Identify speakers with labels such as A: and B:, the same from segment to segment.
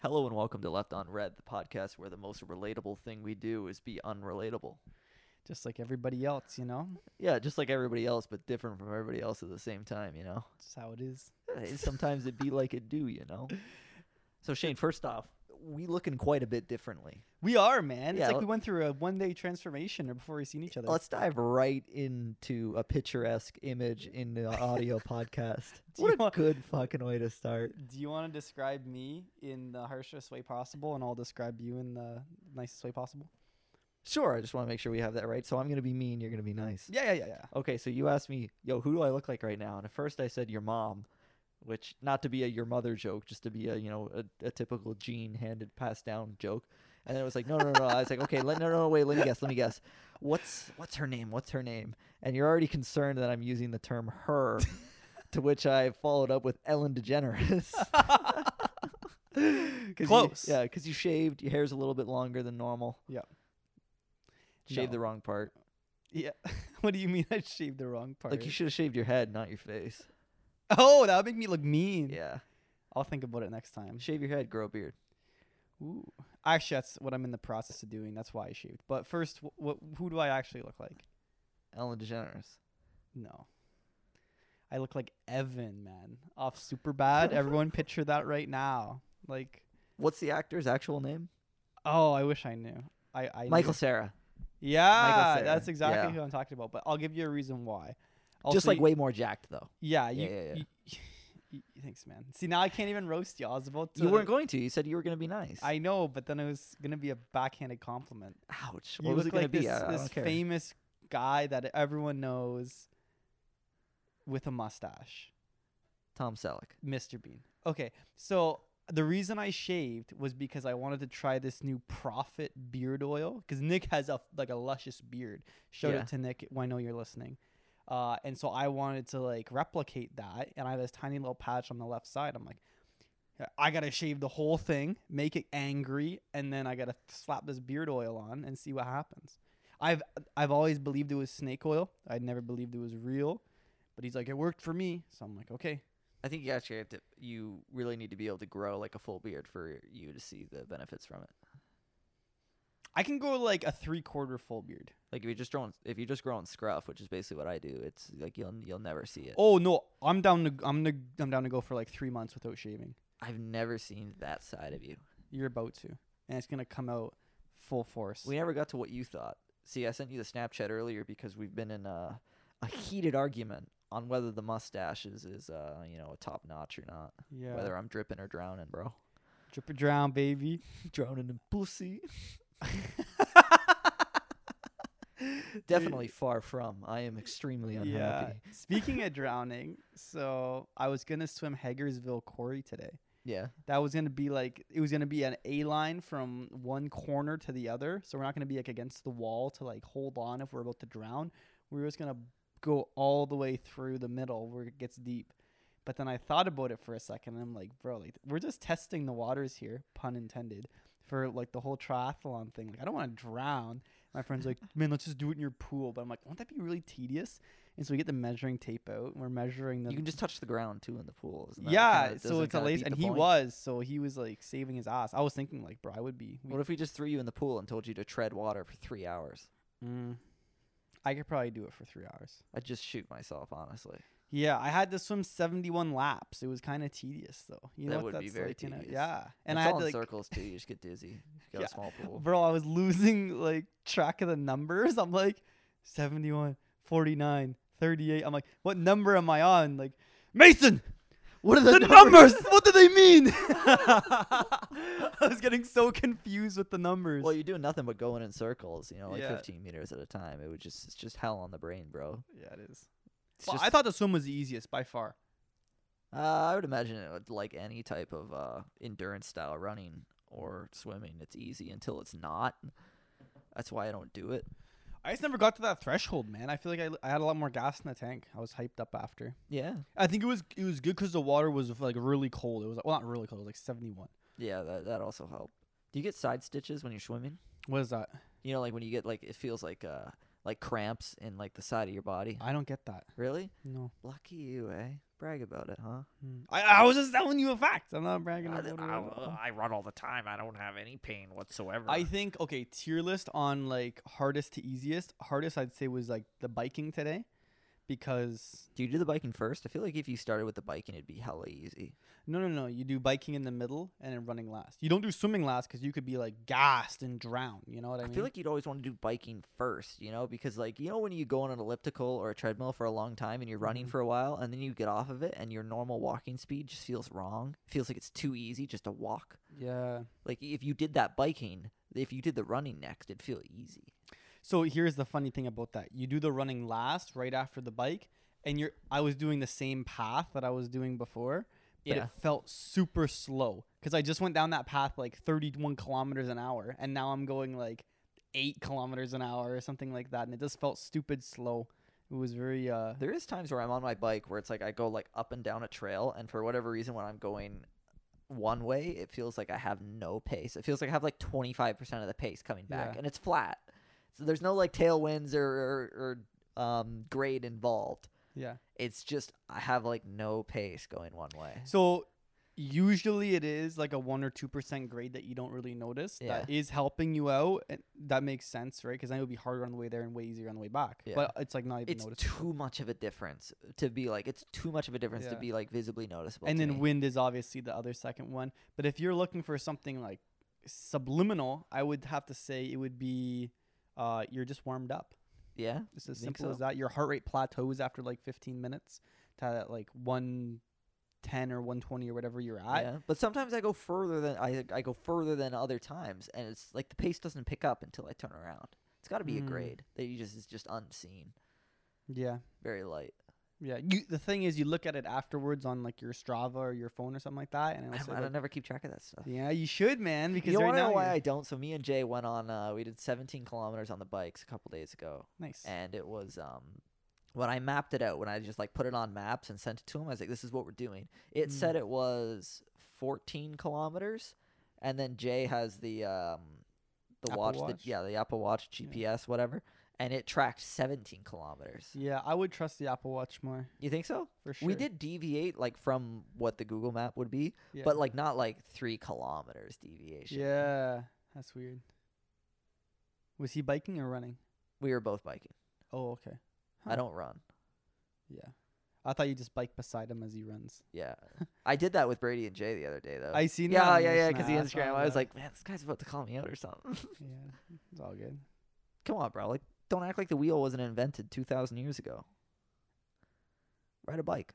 A: Hello and welcome to Left on Red, the podcast where the most relatable thing we do is be unrelatable.
B: Just like everybody else, you know?
A: Yeah, just like everybody else, but different from everybody else at the same time, you know?
B: That's how it is.
A: Eh, Sometimes it be like it do, you know? So, Shane, first off, we looking quite a bit differently.
B: We are, man.
A: Yeah,
B: it's like
A: let-
B: we went through a one day transformation before we seen each other.
A: Let's dive right into a picturesque image in the audio podcast.
B: Do you
A: What a
B: want-
A: good fucking way to start.
B: Do you want to describe me in the harshest way possible and I'll describe you in the nicest way possible?
A: Sure, I just want to make sure we have that right. So, I'm going to be mean, you're going to be nice.
B: Yeah, yeah, yeah, yeah.
A: Okay, so you asked me, yo, who do I look like right now? And at first I said your mom, which not to be a your mother joke, just to be a you know a, a typical gene handed passed down joke. And then it was like, no, no, no. no. I was like, okay, let no, no, no, wait, let me guess, let me guess. What's what's her name? What's her name? And you're already concerned that I'm using the term her, to which I followed up with Ellen DeGeneres. 'Cause you-
B: Close.
A: yeah, because you shaved, your hair's a little bit longer than normal.
B: Yeah.
A: Shaved the
B: No.
A: wrong part.
B: Yeah. what do you mean I shaved the wrong part?
A: Like you should have shaved your head, not your face.
B: oh, that would make me look mean.
A: Yeah.
B: I'll think about it next time.
A: Shave your head, grow a beard.
B: Ooh. Actually, that's what I'm in the process of doing. That's why I shaved. But first, wh- what who do I actually look like?
A: Ellen DeGeneres.
B: No. I look like Evan, man. Off super bad. Everyone picture that right now. Like,
A: What's the actor's actual name?
B: oh, I wish I knew. I, I knew.
A: Michael Sarah.
B: Yeah,
A: Sarah.
B: that's exactly
A: Yeah.
B: who I'm talking about. But I'll give you a reason why. Also,
A: Just like
B: you-
A: way more jacked though.
B: Yeah,
A: Yeah,
B: you,
A: yeah, yeah.
B: you- you- thanks, man. See, now I can't even roast you. I was about to.
A: you weren't going to. You said you were going to be nice.
B: I know, but then it was gonna be a backhanded compliment.
A: Ouch.
B: You
A: What was it
B: look
A: going
B: like
A: to be?
B: this,
A: I- I
B: this
A: don't care.
B: famous guy that everyone knows with a mustache.
A: Tom Selleck.
B: Mr. Bean. Okay, so the reason I shaved was because I wanted to try this new Prophet beard oil because Nick has a like a luscious beard. Shout
A: Yeah.
B: out to Nick. I know you're listening. Uh, and so I wanted to like replicate that, and I have this tiny little patch on the left side. I'm like, I gotta shave the whole thing, make it angry, and then I gotta slap this beard oil on and see what happens. I've I've always believed it was snake oil. I never believed it was real, but he's like, it worked for me. So I'm like, okay,
A: I think you actually have to. You really need to be able to grow like a full beard for you to see the benefits from it.
B: I can go like a three quarter full beard.
A: Like if you're just growing, if you're just growing scruff, which is basically what I do, it's like you'll you'll never see it.
B: Oh no, I'm down to I'm gonna I'm down to go for like three months without shaving.
A: I've never seen that side of you.
B: You're about to, and it's gonna come out full force.
A: We never got to what you thought. See, I sent you the Snapchat earlier because we've been in a, a heated argument on whether the mustache is, is uh, you know, a top notch or not.
B: yeah,
A: Whether I'm dripping or drowning, bro.
B: drip or drown, baby.
A: Drowning in pussy. Definitely far from. I am extremely
B: Yeah.
A: unhappy.
B: Speaking of drowning, so I was gonna swim Hagersville Quarry today.
A: Yeah.
B: That was gonna be like it was gonna be an A line from one corner to the other. So we're not gonna be like against the wall to like hold on if we're about to drown. We were just gonna go all the way through the middle where it gets deep. But then I thought about it for a second and I'm like, bro, like we're just testing the waters here, pun intended, for like the whole triathlon thing. Like I don't wanna drown. My friend's like, Man, let's just do it in your pool. But I'm like, won't that be really tedious? And so we get the measuring tape out and we're measuring the
A: You can just touch the ground too in the pool. Isn't that
B: yeah,
A: kinda-
B: so
A: doesn't
B: it's a
A: kinda
B: lazy,
A: beat
B: and
A: the
B: he
A: point?
B: was, so he was like saving his ass. I was thinking, like, bro, I would be. we-
A: What if we just threw you in the pool and told you to tread water for three hours?
B: Mm. I could probably do it for three hours.
A: I'd just shoot myself, honestly.
B: Yeah, I had to swim seventy-one laps. It was kind of tedious, though. You
A: That
B: know what
A: would be
B: that's
A: very
B: like, you know?
A: tedious.
B: Yeah, and
A: it's
B: I had
A: all in
B: to like,
A: circles too. You just get dizzy. You got
B: Yeah.
A: a small pool.
B: bro, I was losing like track of the numbers. I'm like 71, 49, 38. I'm like, what number am I on? Like, Mason,
A: What are
B: the numbers. What do they mean? I was getting so confused with the numbers.
A: Well, you're doing nothing but going in circles, you know, like
B: Yeah.
A: 15 meters at a time. It would just it's just hell on the brain, bro.
B: yeah, it is.
A: It's
B: Well,
A: just,
B: I thought the swim was the easiest by far.
A: uh, I would imagine it would like any type of uh, endurance style running or swimming. It's easy until it's not. That's why I don't do it.
B: I just never got to that threshold, man. I feel like I, I had a lot more gas in the tank. I was hyped up after.
A: Yeah.
B: I think it was it was good because the water was like really cold. It was well not really cold. It was like seventy one.
A: Yeah, that that also helped. Do you get side stitches when you're swimming?
B: What is that?
A: You know, like when you get like it feels like uh like cramps in like the side of your body.
B: I don't get that.
A: Really?
B: No.
A: Lucky you, eh? Brag about it, huh?
B: I, I was just telling you a fact. I'm not bragging
C: I,
B: about it. at all.
C: I- I run all the time. I don't have any pain whatsoever.
B: I think okay, tier list on like hardest to easiest. Hardest I'd say was like the biking today because
A: Do you do the biking first? I feel like if you started with the biking, it'd be hella easy.
B: no, no, no, you do biking in the middle and then running last. You don't do swimming last cuz you could be like gassed and drown, you know what I,
A: I,
B: mean?
A: feel like you'd always want to do biking first, you know, because like you know when you go on an elliptical or a treadmill for a long time and you're running
B: Mm-hmm.
A: for a while and then you get off of it and your normal walking speed just feels wrong. Feels like it's too easy just to walk.
B: yeah.
A: Like if you did that biking, if you did the running next, it'd feel easy.
B: So here's the funny thing about that. You do the running last right after the bike and you're I was doing the same path that I was doing before, but
A: Yeah.
B: it felt super slow cuz I just went down that path like 31 kilometers an hour and now I'm going like 8 kilometers an hour or something like that and it just felt stupid slow. It was very uh
A: There is times where I'm on my bike where it's like I go like up and down a trail and for whatever reason when I'm going one way, it feels like I have no pace. It feels like I have like 25% of the pace coming back
B: Yeah.
A: and it's flat. So there's no like tailwinds or or, or um grade involved.
B: yeah.
A: it's just I have like no pace going one way.
B: So usually it is like a 1 or 2% grade that you don't really notice that is helping you out and that makes sense right because then it would be harder on the way there and way easier on the way back
A: Yeah.
B: but it's like not even
A: It's
B: noticeable.
A: too much of a difference to be like it's too much of a difference to
B: Yeah.
A: be like visibly noticeable.
B: and
A: to
B: then
A: me.
B: wind is obviously the other second one. But if you're looking for something like subliminal, I would have to say it would be uh, you're just warmed up.
A: yeah,
B: It's as
A: Think
B: simple as
A: so?
B: that. Your heart rate plateaus after like 15 minutes to that like 110 or 120 or whatever you're at.
A: yeah. But sometimes I go further than I I go further than other times, and it's like the pace doesn't pick up until I turn around. It's got to be a
B: Mm.
A: grade that you just is just unseen,
B: Yeah.
A: very light.
B: Yeah. You, the thing is, you look at it afterwards on like your Strava or your phone or something like that. And
A: I
B: it'll
A: don't,
B: say,
A: I
B: like,
A: don't never keep track of that stuff.
B: yeah, you should, man, because
A: You don't
B: right
A: wanna
B: now
A: know why
B: you're-
A: I don't. So me and Jay went on. Uh, we did 17 kilometers on the bikes a couple days ago.
B: nice.
A: and it was um when I mapped it out, when I just like put it on maps and sent it to him, I was like, "This is what we're doing." It
B: Mm.
A: said it was 14 kilometers, and then Jay has the um the
B: Apple
A: watch,
B: Watch?
A: The, yeah, the Apple Watch
B: Yeah.
A: GPS, whatever, and it tracked 17 kilometers.
B: Yeah, I would trust the Apple Watch more
A: You think so?
B: for sure.
A: We did deviate like from what the Google Map would be,
B: yeah.
A: but like not like three kilometers deviation.
B: Yeah, that's weird. Was he biking or running?
A: we were both biking.
B: Oh, okay.
A: I
B: Huh.
A: don't run.
B: Yeah. I thought you just bike beside him as he runs.
A: Yeah, I did that with Brady and Jay the other day though.
B: I seen that.
A: Yeah,
B: on
A: yeah,
B: your
A: yeah. Because the
B: snap,
A: Instagram,
B: saw
A: I was
B: that.
A: like, man, this guy's about to call me out or something.
B: yeah, it's all good.
A: Come on, bro. Like, don't act like the wheel wasn't invented two thousand years ago. Ride a bike,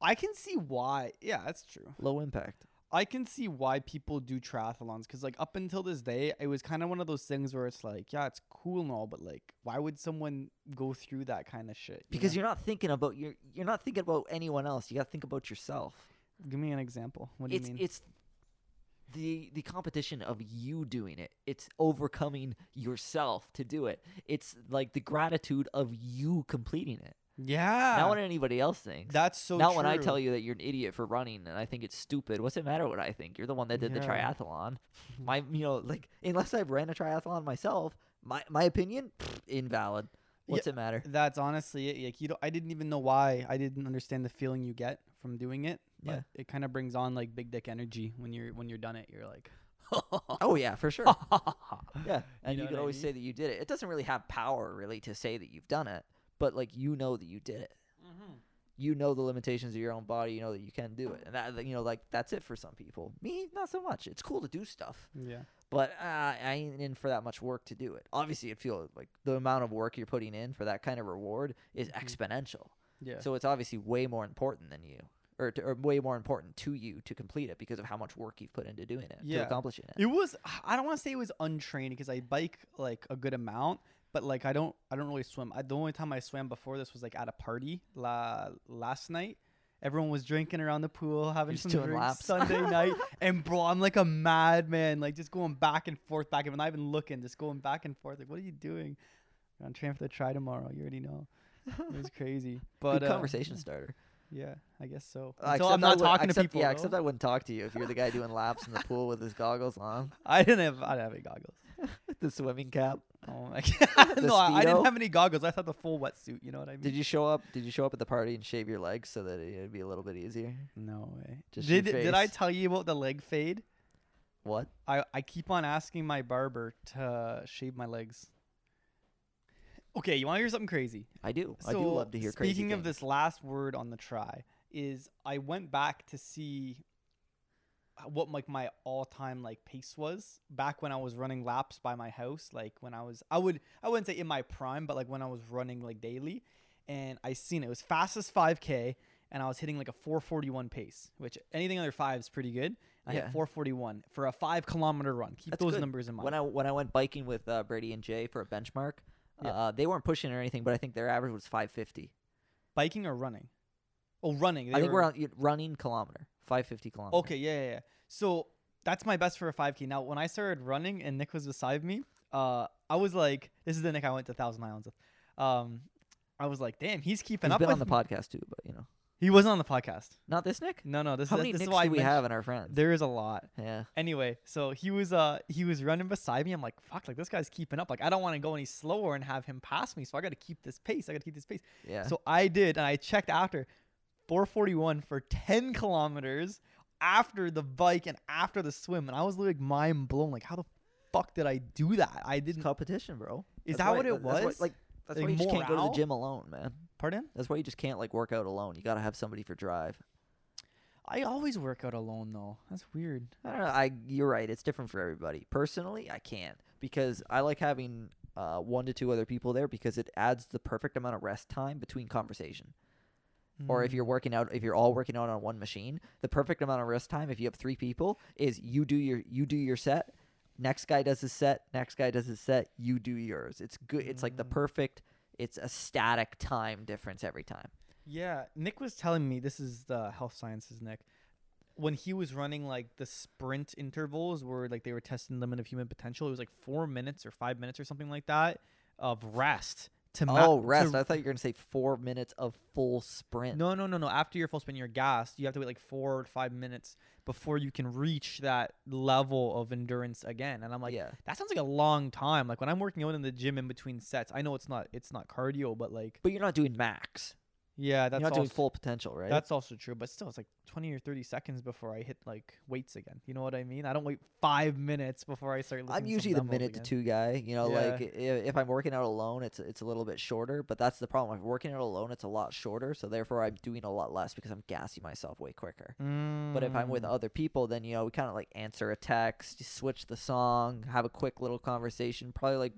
B: I can see why. Yeah, that's true.
A: low impact.
B: I can see why people do triathlons because, like, up until this day, it was kind of one of those things where it's like, yeah, it's cool and all, but like, why would someone go through that kind of shit? you
A: Because
B: know?
A: you're not thinking about your, you're not thinking about anyone else. You got to think about yourself.
B: give me an example. What do
A: it's
B: you mean?
A: it's the the competition of you doing it. It's overcoming yourself to do it. It's like the gratitude of you completing it.
B: yeah,
A: Not what anybody else thinks.
B: that's so.
A: not
B: true.
A: when I tell you that you're an idiot for running and I think it's stupid. What's it matter what I think? You're the one that did the
B: Yeah.
A: triathlon. My, you know, like unless I ran a triathlon myself, my my opinion pfft, invalid.
B: Yeah.
A: What's it matter?
B: That's honestly it. Like you don't, I didn't even know why. I didn't understand the feeling you get from doing it. But
A: Yeah.
B: it kind of brings on like big dick energy when you're when you're done it. You're like,
A: Oh yeah, for sure. yeah, and you,
B: know what
A: can
B: I
A: always
B: mean?
A: say that you did it. It doesn't really have power really to say that you've done it, but like you know that you did it.
B: Mm-hmm.
A: You know the limitations of your own body. You know that you can do it, and that you know like that's it for some people. Me, not so much. It's cool to do stuff.
B: yeah,
A: but uh, I ain't in for that much work to do it. Obviously, it feels like the amount of work you're putting in for that kind of reward is
B: Mhm.
A: exponential.
B: yeah,
A: So it's obviously way more important than you, or, to, or way more important to you to complete it because of how much work you've put into doing it,
B: Yeah.
A: to accomplishing it.
B: It was. I don't want to say it was untrained because I bike like a good amount, but like I don't. I don't really swim. I, the only time I swam before this was like at a party la, last night. Everyone was drinking around the pool, having
A: just
B: some
A: doing
B: drinks
A: laps.
B: Sunday night, and bro, I'm like a madman, like just going back and forth, back and not even looking, just going back and forth. Like, what are you doing? I'm training for the try tomorrow. You already know. It was crazy, but
A: Good
B: uh,
A: conversation starter.
B: yeah, I guess so.
A: Uh,
B: Until
A: except
B: I'm
A: I
B: not
A: would-
B: talking
A: except-
B: to people.
A: Yeah,
B: though.
A: except I wouldn't talk to you if you're the guy doing laps in the pool with his goggles on,
B: I didn't have I didn't have any goggles.
A: the swimming cap.
B: Oh my god!
A: The
B: no, I, I
A: Speedo?
B: didn't have any goggles. I thought the full wetsuit. You know what I mean?
A: Did you show up? Did you show up at the party and shave your legs so that it- it'd be a little bit easier?
B: No way.
A: Just your
B: did did I
A: face.
B: tell you about the leg fade?
A: What?
B: I, I keep on asking my barber to shave my legs. Okay, you want to hear something crazy?
A: I do. I do love to hear crazy.
B: Speaking of
A: things.
B: this last word on the try, is I went back to see what like my all time like pace was back when I was running laps by my house. Like when I was, I would, I wouldn't say in my prime, but like when I was running like daily, and I seen it, was fastest five k, and I was hitting like a four forty one pace, which anything under five is pretty good. I
A: Yeah.
B: hit four forty one for a five kilometer run. Keep
A: That's
B: those
A: good.
B: numbers in mind.
A: when I when I went biking with uh, Brady and Jay for a benchmark,
B: Yeah.
A: uh, they weren't pushing or anything, but I think their average was 550.
B: Biking or running? Oh, running.
A: I
B: They
A: think
B: were-
A: we're on, running kilometer, 550 kilometer.
B: Okay, yeah, yeah, yeah. So that's my best for a 5K. Now, when I started running and Nick was beside me, uh, I was like, this is the Nick I went to Thousand Islands with. Um, I was like, damn, he's keeping
A: He's
B: up
A: been
B: with
A: on the
B: me.
A: podcast too, but you know,
B: He wasn't on the podcast.
A: not this Nick.
B: No, no, this,
A: How
B: is
A: many
B: this is
A: Nicks
B: why I
A: do we have
B: mentioned-
A: in our friends?
B: There is a lot.
A: Yeah,
B: Anyway, so he was uh he was running beside me. I'm like, fuck, like this guy's keeping up. Like I don't want to go any slower and have him pass me. So I got to keep this pace. I got to keep this pace.
A: yeah.
B: So I did, and I checked after 441 for 10 kilometers after the bike and after the swim, and I was like mind blown. Like, how the fuck did I do that? I
A: It's
B: didn't.
A: competition, bro.
B: Is
A: That's
B: that
A: why-
B: what it
A: that's why-
B: was?
A: like, that's why
B: Like
A: you just can't go to
B: morale?
A: the gym alone, man.
B: pardon?
A: That's why you just can't like work out alone. You gotta have somebody for drive.
B: I always work out alone though. That's weird.
A: I don't know. I you're right. It's different for everybody. Personally, I can't because I like having uh, one to two other people there because it adds the perfect amount of rest time between conversation. Or if
B: Mm.
A: you're working out, if you're all working out on one machine, the perfect amount of rest time if you have three people is you do your you do your set, next guy does his set, next guy does his set, you do yours. It's good. It's like the
B: Mm.
A: perfect. It's a static time difference every time.
B: Yeah, Nick was telling me this is the health sciences Nick. When he was running like the sprint intervals where like they were testing limit of human potential, it was like four minutes or five minutes or something like that of rest to ma-
A: oh,
B: to
A: rest. I thought you were gonna say four minutes of full sprint.
B: No, no, no, no. After your full spin, you're gassed. You have to wait like four or five minutes before you can reach that level of endurance again. And I'm like,
A: yeah.
B: that sounds like a long time. Like when I'm working out in the gym in between sets, I know it's not it's not cardio, but like
A: But you're not doing max.
B: yeah, that's
A: you're not
B: also,
A: doing full potential, right?
B: That's also true. But still, it's like 20 or 30 seconds before I hit like weights again. You know what I mean? I don't wait five minutes before I start. lifting
A: I'm
B: some
A: usually the
B: dumbbells
A: minute to two
B: again.
A: guy. You know,
B: Yeah.
A: like i- if I'm working out alone, it's it's a little bit shorter. But that's the problem. If I'm working out alone, it's a lot shorter. So therefore, I'm doing a lot less because I'm gassing myself way quicker. But if I'm with
B: Mm.
A: other people, then you know we kind of like answer a text, you switch the song, have a quick little conversation, probably like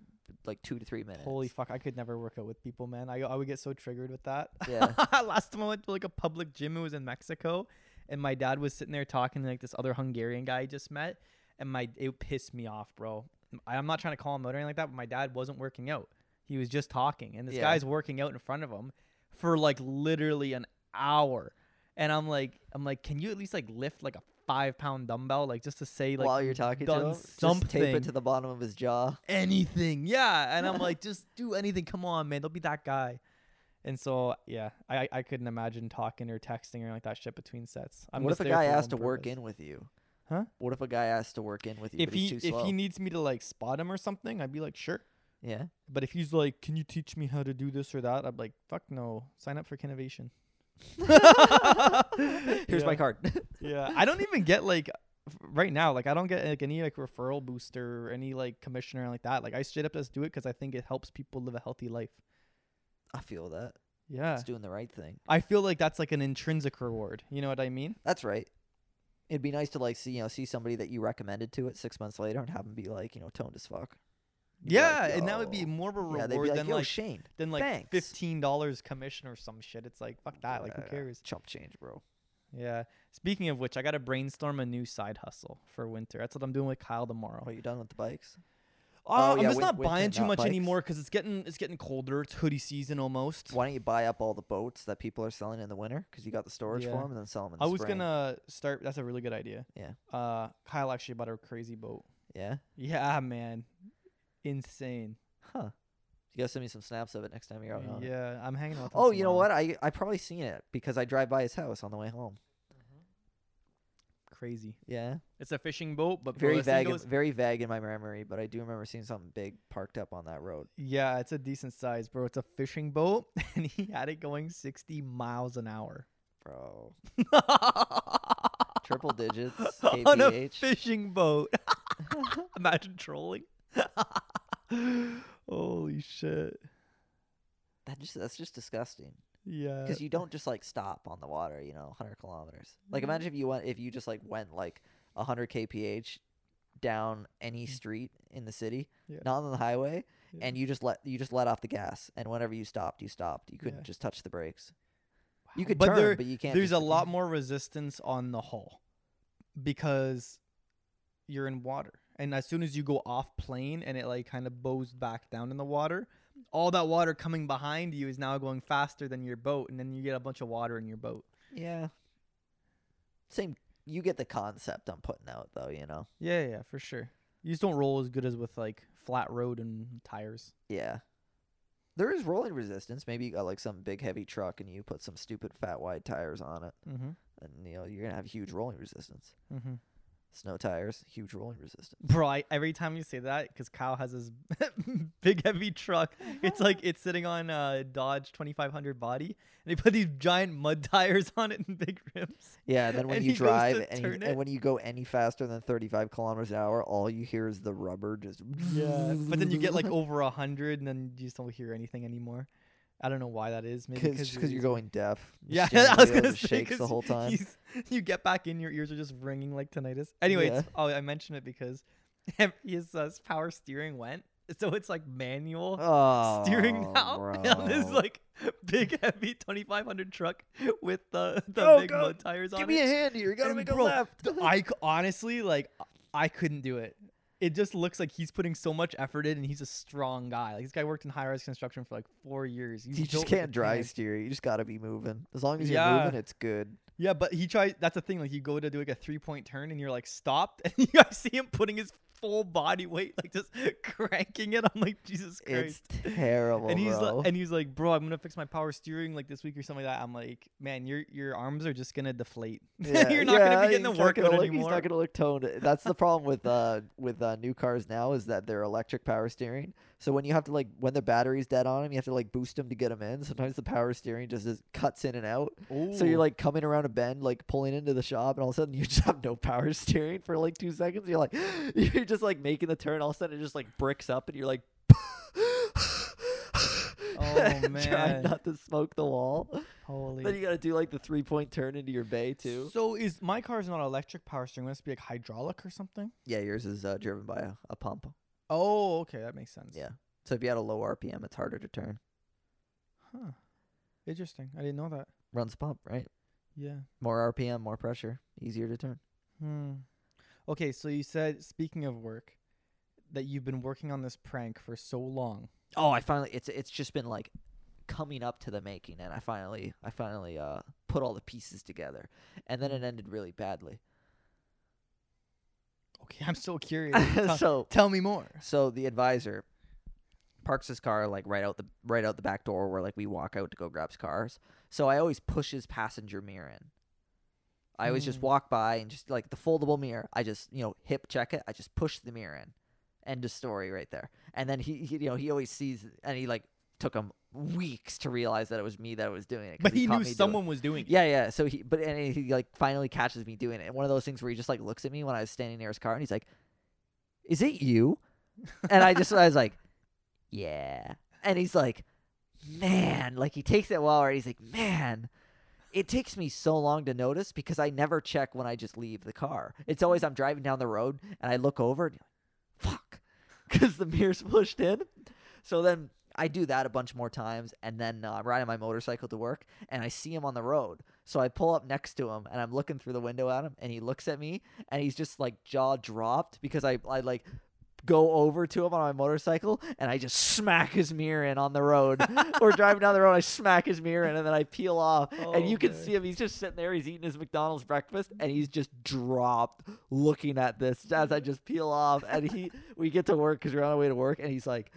A: like two to three minutes.
B: Holy fuck, I could never work out with people, man. I, I would get so triggered with that.
A: Yeah.
B: Last time I went to like a public gym, it was in Mexico, and my dad was sitting there talking to like this other Hungarian guy I just met, and my it pissed me off, bro. I, I'm not trying to call him out or anything like that, but my dad wasn't working out. He was just talking, and this
A: Yeah.
B: guy's working out in front of him for like literally an hour. And I'm like, I'm like, can you at least like lift like a five pound dumbbell, like just to say like
A: While you're talking to
B: done
A: him, just tape
B: something
A: it to the bottom of his jaw.
B: anything. Yeah. And I'm like, just do anything. Come on, man. Don't be that guy. And so, yeah, I, I- I couldn't imagine talking or texting or like that shit between sets. I'm
A: what if
B: just
A: a
B: there
A: guy
B: for
A: asks to
B: one
A: work
B: purpose.
A: in with you?
B: Huh?
A: What if a guy asks to work in with you?
B: If
A: but
B: he
A: he's too slow?
B: if he needs me to like spot him or something, I'd be like, sure.
A: yeah.
B: But if he's like, can you teach me how to do this or that? I'm like, fuck no. Sign up for Kinovation.
A: Here's my
B: Yeah.
A: card.
B: Yeah, I don't even get like f- right now. Like I don't get like any like referral booster or any like commissioner like that. Like I straight up just do it because I think it helps people live a healthy life.
A: I feel that.
B: Yeah,
A: It's doing the right thing.
B: I feel like that's like an intrinsic reward. You know what I mean?
A: That's right. It'd be nice to like see you know see somebody that you recommended to it six months later and have them be like you know toned as fuck. You'd be
B: Yeah,
A: like,
B: and that would
A: "Yo."
B: be more of a
A: yeah,
B: reward
A: they'd be like,
B: than
A: "Yo,
B: like
A: Shane,
B: than like
A: thanks."
B: fifteen dollars commission or some shit. It's like fuck that. Like who
A: Yeah,
B: cares?
A: Chump change, bro.
B: Yeah. Speaking of which, I gotta brainstorm a new side hustle for winter. That's what I'm doing with Kyle tomorrow.
A: Are you done with the bikes?
B: Oh,
A: Oh,
B: I'm
A: yeah,
B: just
A: win-
B: not
A: winter,
B: buying too
A: not
B: much
A: bikes.
B: anymore because it's getting it's getting colder. It's hoodie season almost.
A: Why don't you buy up all the boats that people are selling in the winter because you got the storage for 'em
B: Yeah.
A: for them and then sell them in the
B: I was
A: spring.
B: gonna start. That's a really good idea.
A: Yeah.
B: Uh, Kyle actually bought a crazy boat.
A: yeah,
B: Yeah, man, insane.
A: huh? You gotta send me some snaps of it next time you're out. on it.
B: Yeah, I'm hanging out. with him
A: Oh, you know
B: tomorrow.
A: what? I I probably seen it because I drive by his house on the way home.
B: crazy.
A: Yeah.
D: It's a fishing boat, but
A: Very
D: Burleson
A: vague,
D: goes-
A: very vague in my memory, but I do remember seeing something big parked up on that road.
B: Yeah, it's a decent size, bro. It's a fishing boat, and he had it going 60 miles an hour.
A: Bro. Triple digits.
B: On a
A: KPH.
B: fishing boat. Imagine trolling. Holy shit.
A: That just that's just disgusting.
B: Yeah.
A: Because you don't just like stop on the water, you know, 100 kilometers. Like
B: Mm-hmm.
A: imagine if you went if you just like went like 100 kph down
B: Mm.
A: any street in the city,
B: Yeah.
A: not on the highway,
B: Yeah.
A: and you just let you just let off the gas, and whenever you stopped, you stopped. You couldn't
B: Yeah.
A: just touch the brakes. You could
B: But
A: turn,
B: there-
A: but you can't.
B: There's
A: just-
B: a lot more resistance on the hull because you're in water. And as soon as you go off plane and it like kind of bows back down in the water, all that water coming behind you is now going faster than your boat. And then you get a bunch of water in your boat.
A: Yeah. Same. You get the concept I'm putting out, though. You know.
B: Yeah, yeah, yeah, for sure. You just don't roll as good as with like flat road and tires.
A: Yeah. There is rolling resistance. Maybe you got like some big heavy truck, and you put some stupid fat wide tires on it,
B: Mm-hmm.
A: and you know you're gonna have huge rolling resistance.
B: Mm-hmm.
A: Snow tires, huge rolling resistance.
B: Bro, I, every time you say that, because Kyle has his big heavy truck, it's like it's sitting on a Dodge 2500 body, and they put these giant mud tires on it and big rims.
A: Yeah, and then when
B: And
A: you
B: he goes to
A: drive and, you-
B: turn it.
A: and when you go any faster than 35 kilometers an hour, all you hear is the rubber just.
B: but then you get like over a hundred, and then you just don't hear anything anymore. I don't know why that is. Maybe
A: because
B: because
A: you're going deaf. The
B: Yeah,
A: steering
B: I was
A: wheel
B: gonna
A: just
B: say
A: shakes the
B: 'cause
A: whole time.
B: he's- You get back in, your ears are just ringing like tinnitus. Anyway, it's, oh, I mentioned it because his, uh, his power steering went, so it's like manual.
A: Oh,
B: steering now on this
A: bro.
B: like big heavy 2500 truck with the the
A: Go,
B: big
A: go.
B: mud tires on
A: Give me a
B: it.
A: hand here. You gotta
B: And
A: make a
B: bro,
A: left.
B: th- I c- honestly like I couldn't do it. It just looks like he's putting so much effort in, and he's a strong guy. Like this guy worked in high rise construction for like four years. He's
A: You
B: built
A: just
B: like a
A: can't dry
B: tank.
A: steer. You just gotta be moving. As long as you're
B: Yeah.
A: moving, it's good.
B: Yeah, but he tries. That's the thing. Like you go to do like a three point turn, and you're like stopped, and you guys see him putting his full body weight, like just cranking it. I'm like Jesus Christ.
A: It's terrible,
B: and he's
A: bro.
B: like, and he's like, bro, I'm gonna fix my power steering like this week or something like that. I'm like, man, your your arms are just gonna deflate.
A: Yeah,
B: you're not
A: yeah,
B: gonna be getting the
A: he's not gonna
B: workout
A: look-
B: anymore.
A: He's not gonna look toned. That's the problem with uh with uh, new cars now is that they're electric power steering. So when you have to like when the battery's dead on them, you have to like boost them to get them in. Sometimes the power steering just, just cuts in and out. So you're like coming around a bend, like pulling into the shop, and all of a sudden you just have no power steering for like two seconds. You're like, you're just like making the turn. All of a sudden it just like bricks up, and you're like. Trying
B: man.
A: not to smoke the wall. Then
B: holy.
A: you gotta do like the three point turn into your bay too.
B: So is my car's not electric power steering? Must be like hydraulic or something.
A: Yeah, yours is uh, driven by a, a pump.
B: Oh, okay, that makes sense.
A: Yeah. So if you had a low RPM, it's harder to turn.
B: Huh. Interesting. I didn't know that.
A: Runs the pump, right?
B: Yeah.
A: More RPM, more pressure, easier to turn.
B: Hmm. Okay, so you said speaking of work, that you've been working on this prank for so long.
A: Oh, I finally it's it's just been like coming up to the making and I finally I finally uh put all the pieces together. And then it ended really badly.
B: Okay, I'm so curious. Tell-
A: so
B: tell me more.
A: so the advisor parks his car like right out the right out the back door where like we walk out to go grab his cars. So I always push his passenger mirror in. I always just
B: Hmm.
A: walk by and just like the foldable mirror. I just you know hip check it. I just push the mirror in. End of story right there. And then he, he you know he always sees and he like took him weeks to realize that it was me that was doing it. 'cause
B: But he
A: caught
B: knew
A: me doing-
B: someone was doing it.
A: yeah, yeah. So he, but and he like finally catches me doing it. One of those things where he just like looks at me when I was standing near his car, and he's like, "Is it you?" And I just I was like, "Yeah." And he's like, "Man," like he takes it well, right? He's like, "Man." It takes me so long to notice because I never check when I just leave the car. It's always I'm driving down the road and I look over and you're like, fuck, because the mirror's pushed in. So then I do that a bunch more times, and then uh, I'm riding my motorcycle to work, and I see him on the road. So I pull up next to him, and I'm looking through the window at him, and he looks at me, and he's just like jaw dropped because I, I like go over to him on my motorcycle, and I just smack his mirror in on the road. We're driving down the road, I smack his mirror in, and then I peel off, and you can
B: Okay.
A: see him. He's just sitting there, he's eating his McDonald's breakfast, and he's just dropped looking at this as I just peel off, and he we get to work because we're on our way to work, and he's like.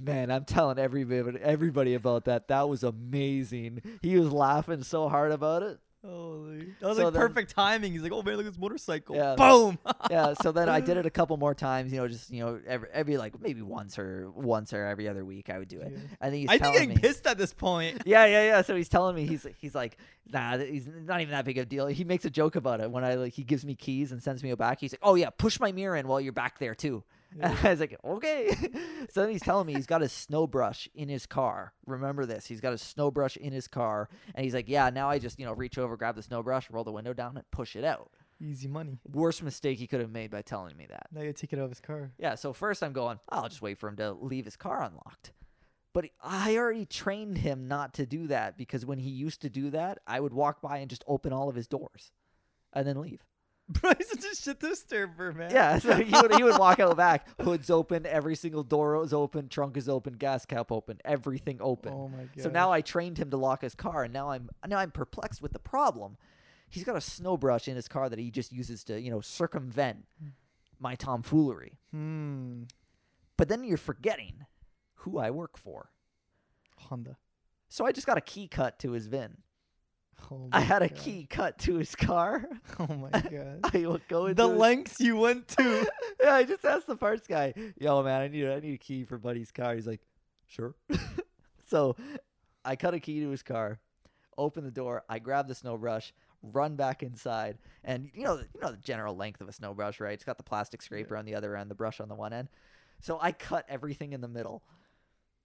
A: Man, I'm telling everybody everybody about that. That was amazing. He was laughing so hard about it.
E: Holy. That was
A: So
E: like
A: then-
E: perfect timing. He's like, oh man, look at this motorcycle.
A: Yeah.
E: Boom.
A: yeah. So then I did it a couple more times. You know, just you know, every, every like maybe once or once or every other week I would do it.
E: Yeah.
A: And then he's
E: I'd be
A: telling
E: getting
A: me,
E: pissed at this point.
A: Yeah, yeah, yeah. So he's telling me he's he's like, nah, th- he's not even that big of a deal. He makes a joke about it when I like he gives me keys and sends me back. He's like, oh yeah, push my mirror in while you're back there too. And I was like, okay. so then he's telling me he's got his snow brush in his car. Remember this? He's got his snow brush in his car, and he's like, yeah. Now I just you know reach over, grab the snow brush, roll the window down, and push it out.
E: Easy money.
A: Worst mistake he could have made by telling me that.
E: Now you take it out of his car.
A: Yeah, so first I'm going, I'll just wait for him to leave his car unlocked. But he- I already trained him not to do that because when he used to do that, I would walk by and just open all of his doors and then leave.
E: Bro, he's such a shit disturber, man.
A: Yeah, so he would, he would walk out back, hoods open, every single door is open, trunk is open, gas cap open, everything open.
E: Oh my god.
A: So now I trained him to lock his car, and now I'm now I'm perplexed with the problem. He's got a snow brush in his car that he just uses to, you know, circumvent my tomfoolery.
E: Hmm.
A: But then you're forgetting who I work for.
E: Honda.
A: So I just got a key cut to his VIN.
E: Oh
A: I
E: my
A: had a
E: God.
A: key cut to his car.
E: Oh my god.
A: I will go into
E: the
A: his-
E: lengths you went to.
A: Yeah, I just asked the parts guy, "Yo, man, I need I need a key for Buddy's car." He's like, "Sure." so I cut a key to his car, open the door, I grab the snow brush, run back inside, and you know you know the general length of a snow brush, right? It's got the plastic scraper on the other end, the brush on the one end. So I cut everything in the middle.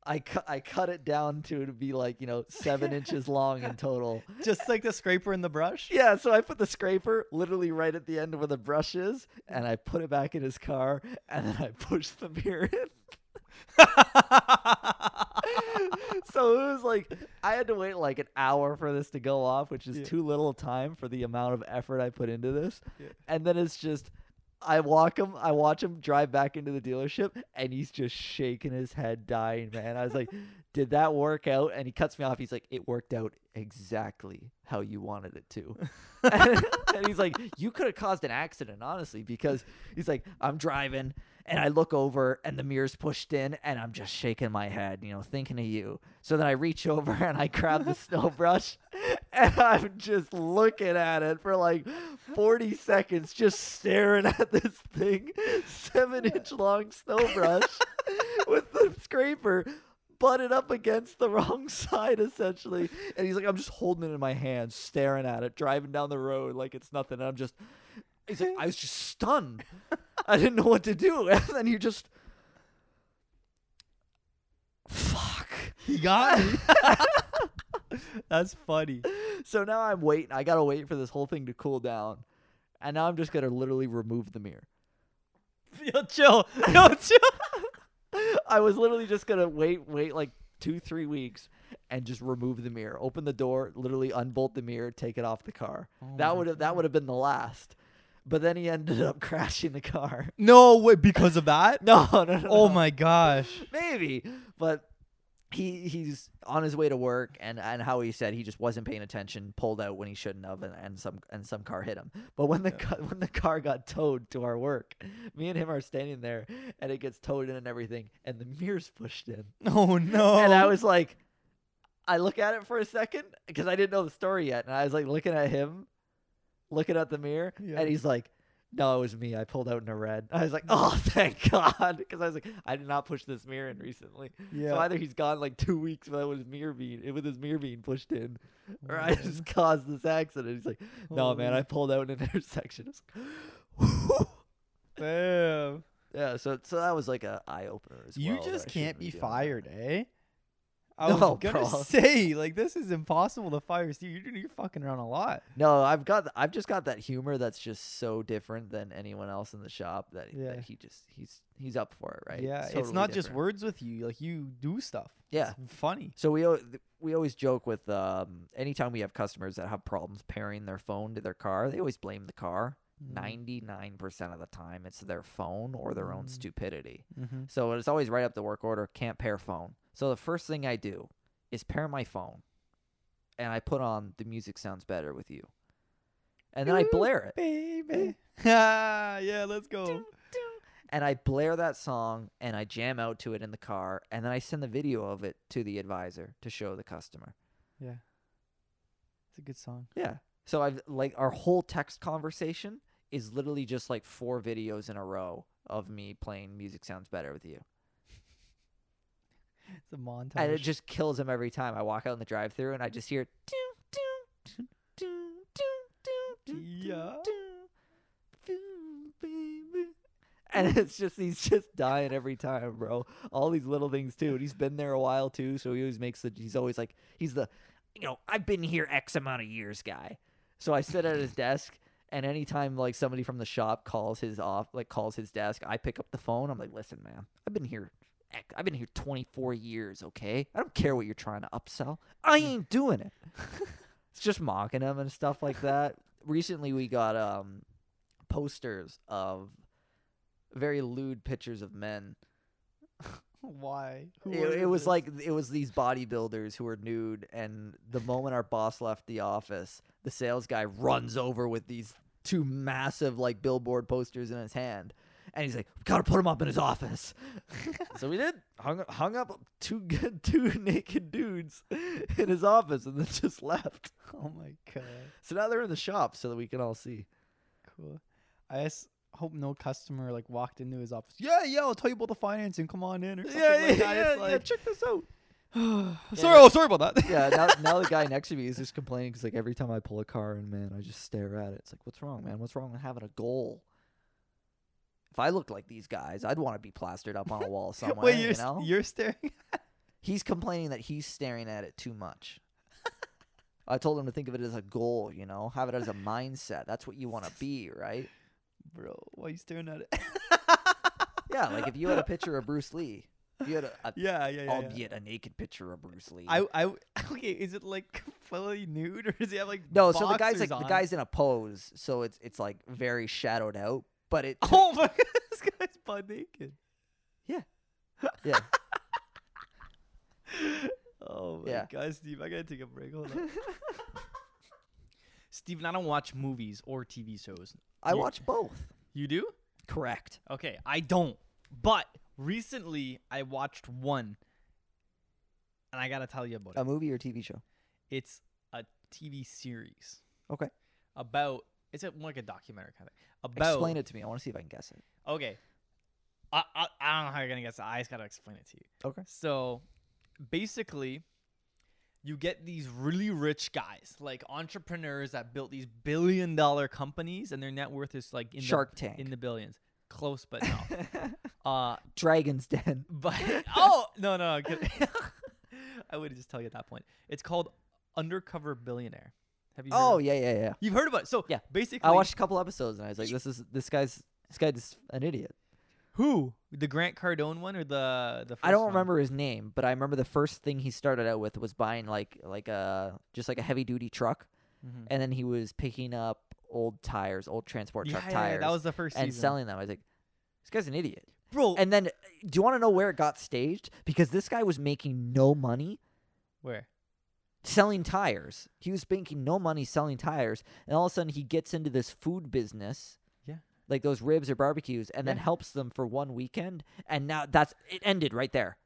A: I cut I cut it down to to be like you know seven inches long in total.
E: Just like the scraper in the brush.
A: Yeah, so I put the scraper literally right at the end where the brush is, and I put it back in his car, and then I pushed the mirror in. so it was like I had to wait like an hour for this to go off, which is
E: Yeah.
A: too little time for the amount of effort I put into this.
E: Yeah.
A: And then it's just I walk him, I watch him drive back into the dealership, and he's just shaking his head, dying, man. I was like, "Did that work out?" And he cuts me off. He's like, "It worked out exactly how you wanted it to." and he's like, "You could have caused an accident, honestly, because he's like, I'm driving." And I look over and the mirror's pushed in and I'm just shaking my head, you know, thinking of you. So then I reach over and I grab the snow brush and I'm just looking at it for like 40 seconds, just staring at this thing, seven inch long snow brush with the scraper butted up against the wrong side essentially and he's like i'm just holding it in my hand staring at it driving down the road like it's nothing and i'm just he's like i was just stunned i didn't know what to do and then you just fuck
E: He got me. That's funny.
A: so now i'm waiting i gotta wait for this whole thing to cool down and now i'm just gonna literally remove the mirror
E: Yo, chill. Yo, chill.
A: I was literally just gonna wait, wait like two, three weeks, and just remove the mirror, open the door, literally unbolt the mirror, take it off the car. that would have that would have been the last. But then he ended up crashing the car.
E: No way, because of that?
A: No, no, no.
E: Oh
A: no.
E: my gosh.
A: maybe, but. He, he's on his way to work and, and how he said he just wasn't paying attention pulled out when he shouldn't have and, and some and some car hit him but when the ca- when the car got towed to our work me and him are standing there and it gets towed in and everything and the mirror's pushed in
E: Oh no.
A: and I was like, I look at it for a second because I didn't know the story yet, and I was like looking at him, looking at the mirror,
E: Yeah.
A: and he's like, "No, it was me. I pulled out in a red." I was like, "Oh, thank God," because I was like, "I did not push this mirror in recently." So
E: yeah.
A: either he's gone like two weeks without his mirror being eh, with his mirror being pushed in, or
E: my
A: I just caused this accident. He's like, "No, man,
E: Holy-
A: I pulled out in an intersection." I was like,
E: Damn.
A: yeah, so so that was like a eye opener. As
E: You
A: well, that I
E: just can't
A: shouldn't
E: be
A: doing that.
E: fired, eh? I was
A: No,
E: gonna
A: bro.
E: say, like, this is impossible to fire Steve. You're, doing- you're fucking around a lot.
A: No, I've got I've just got that humor that's just so different than anyone else in the shop that,
E: Yeah.
A: that he just he's he's up for it, right?
E: Yeah, it's
A: totally
E: not just
A: different.
E: words with you. Like, you do stuff.
A: Yeah.
E: It's funny.
A: So we al- th- we always joke with um anytime we have customers that have problems pairing their phone to their car, they always blame the car.
E: Mm.
A: Ninety nine percent of the time, it's their phone or their own
E: Mm.
A: stupidity.
E: Mm-hmm.
A: So it's always right up the work order. Can't pair phone. So the first thing I do is pair my phone, and I put on the music sounds better with you, and then I
E: Ooh,
A: blare it.
E: Baby. Ah, yeah, let's go.
A: and I blare that song and I jam out to it in the car and then I send the video of it to the advisor to show the customer.
E: Yeah. It's a good song.
A: Yeah. So I've like our whole text conversation is literally just like four videos in a row of me playing music sounds better with you.
E: It's a montage.
A: And it just kills him every time. I walk out in the drive through and I just hear "Doo, doo, doo, doo, doo, doo, doo, doo,
E: Yeah.
A: doo, doo, baby." And it's just he's just dying every time, bro. All these little things too. And he's been there a while too, so he always makes the he's always like he's the
C: You know, I've been here X amount of years, guy.
A: so I sit at his desk, and anytime like somebody from the shop calls his off, like calls his desk, I pick up the phone. I'm like, listen, man, I've been here, ec- I've been here 24 years. Okay, I don't care what you're trying to upsell. I ain't doing it. it's just mocking him and stuff like that. Recently, we got um posters of very lewd pictures of men.
E: Why? Who
A: It, it
E: ordered
A: was
E: this?
A: like it was these bodybuilders who were nude, and the moment our boss left the office, the sales guy runs over with these two massive like billboard posters in his hand, and he's like, "Gotta put him up in his office." so we did hung hung up two good two naked dudes in his office, and then just left.
E: Oh my god.
A: So now they're in the shop so that we can all see.
E: Cool. I just hope no customer like walked into his office. Yeah, yeah, I'll tell you about the financing. Come on in or something like that. It's like,
A: Check this out.
E: sorry, oh, sorry about that.
A: yeah, now, now the guy next to me is just complaining because like every time I pull a car in, man, I just stare at it. It's like, what's wrong, man? What's wrong with having a goal? If I looked like these guys, I'd want to be plastered up on a wall somewhere.
E: Wait, you're,
A: you
E: s-
A: know,
E: you're staring.
A: he's complaining that he's staring at it too much. I told him to think of it as a goal. You know, have it as a mindset. That's what you want to be, right?
E: Bro, why are you staring at it?
A: Yeah, like if you had a picture of Bruce Lee, if you had a, a
E: yeah, yeah, yeah. yeah.
A: albeit a naked picture of Bruce Lee.
E: I, I, okay, is it like fully nude or does he have like
A: No, so the guy's
E: boxers
A: like
E: on?
A: the guy's in a pose, so it's it's like very shadowed out. But it
E: Oh my god, this guy's butt naked.
A: yeah.
E: Oh my
A: Yeah.
E: god, Steve, I gotta take a break. Hold on.
B: Steven, I don't watch movies or TV shows.
A: I
B: You-
A: watch both.
B: You do?
A: Correct.
B: Okay, I don't. But recently I watched one and I got to tell you about
A: A movie or TV show.
B: it. It's a TV series.
A: Okay.
B: About it's a, more like a documentary kind of thing. About
A: Explain it to me. I want to see if I can guess it.
B: Okay. I, I, I don't know how you're gonna guess. It. I just gotta explain it to you.
A: Okay.
B: So, basically, you get these really rich guys, like entrepreneurs that built these billion-dollar companies, and their net worth is like in
A: Shark
B: the,
A: Tank.
B: in the billions. Close, but no. uh,
A: Dragon's Den.
B: but oh no no, no I'm kidding. I would just tell you at that point. It's called Undercover Billionaire. Have you? Heard
A: Oh
B: of-
A: yeah, yeah, yeah.
B: You've heard about it. So
A: Yeah.
B: basically,
A: I watched a couple episodes and I was like, this is this guy's this guy's an idiot.
B: who the Grant Cardone one or the the. First
A: I don't
B: one?
A: remember his name, but I remember the first thing he started out with was buying like like a just like a heavy duty truck,
B: Mhm.
A: and then he was picking up old tires, old transport
B: Yeah,
A: truck
B: yeah,
A: tires,
B: yeah, that was the first
A: and
B: season.
A: selling them. I was like, this guy's an idiot.
B: bro.
A: And then, do you want to know where it got staged? Because this guy was making no money
B: Where?
A: selling tires. He was making no money selling tires, and all of a sudden he gets into this food business.
B: Yeah.
A: Like those ribs or barbecues, and then
B: Yeah.
A: helps them for one weekend, and now that's it ended right there.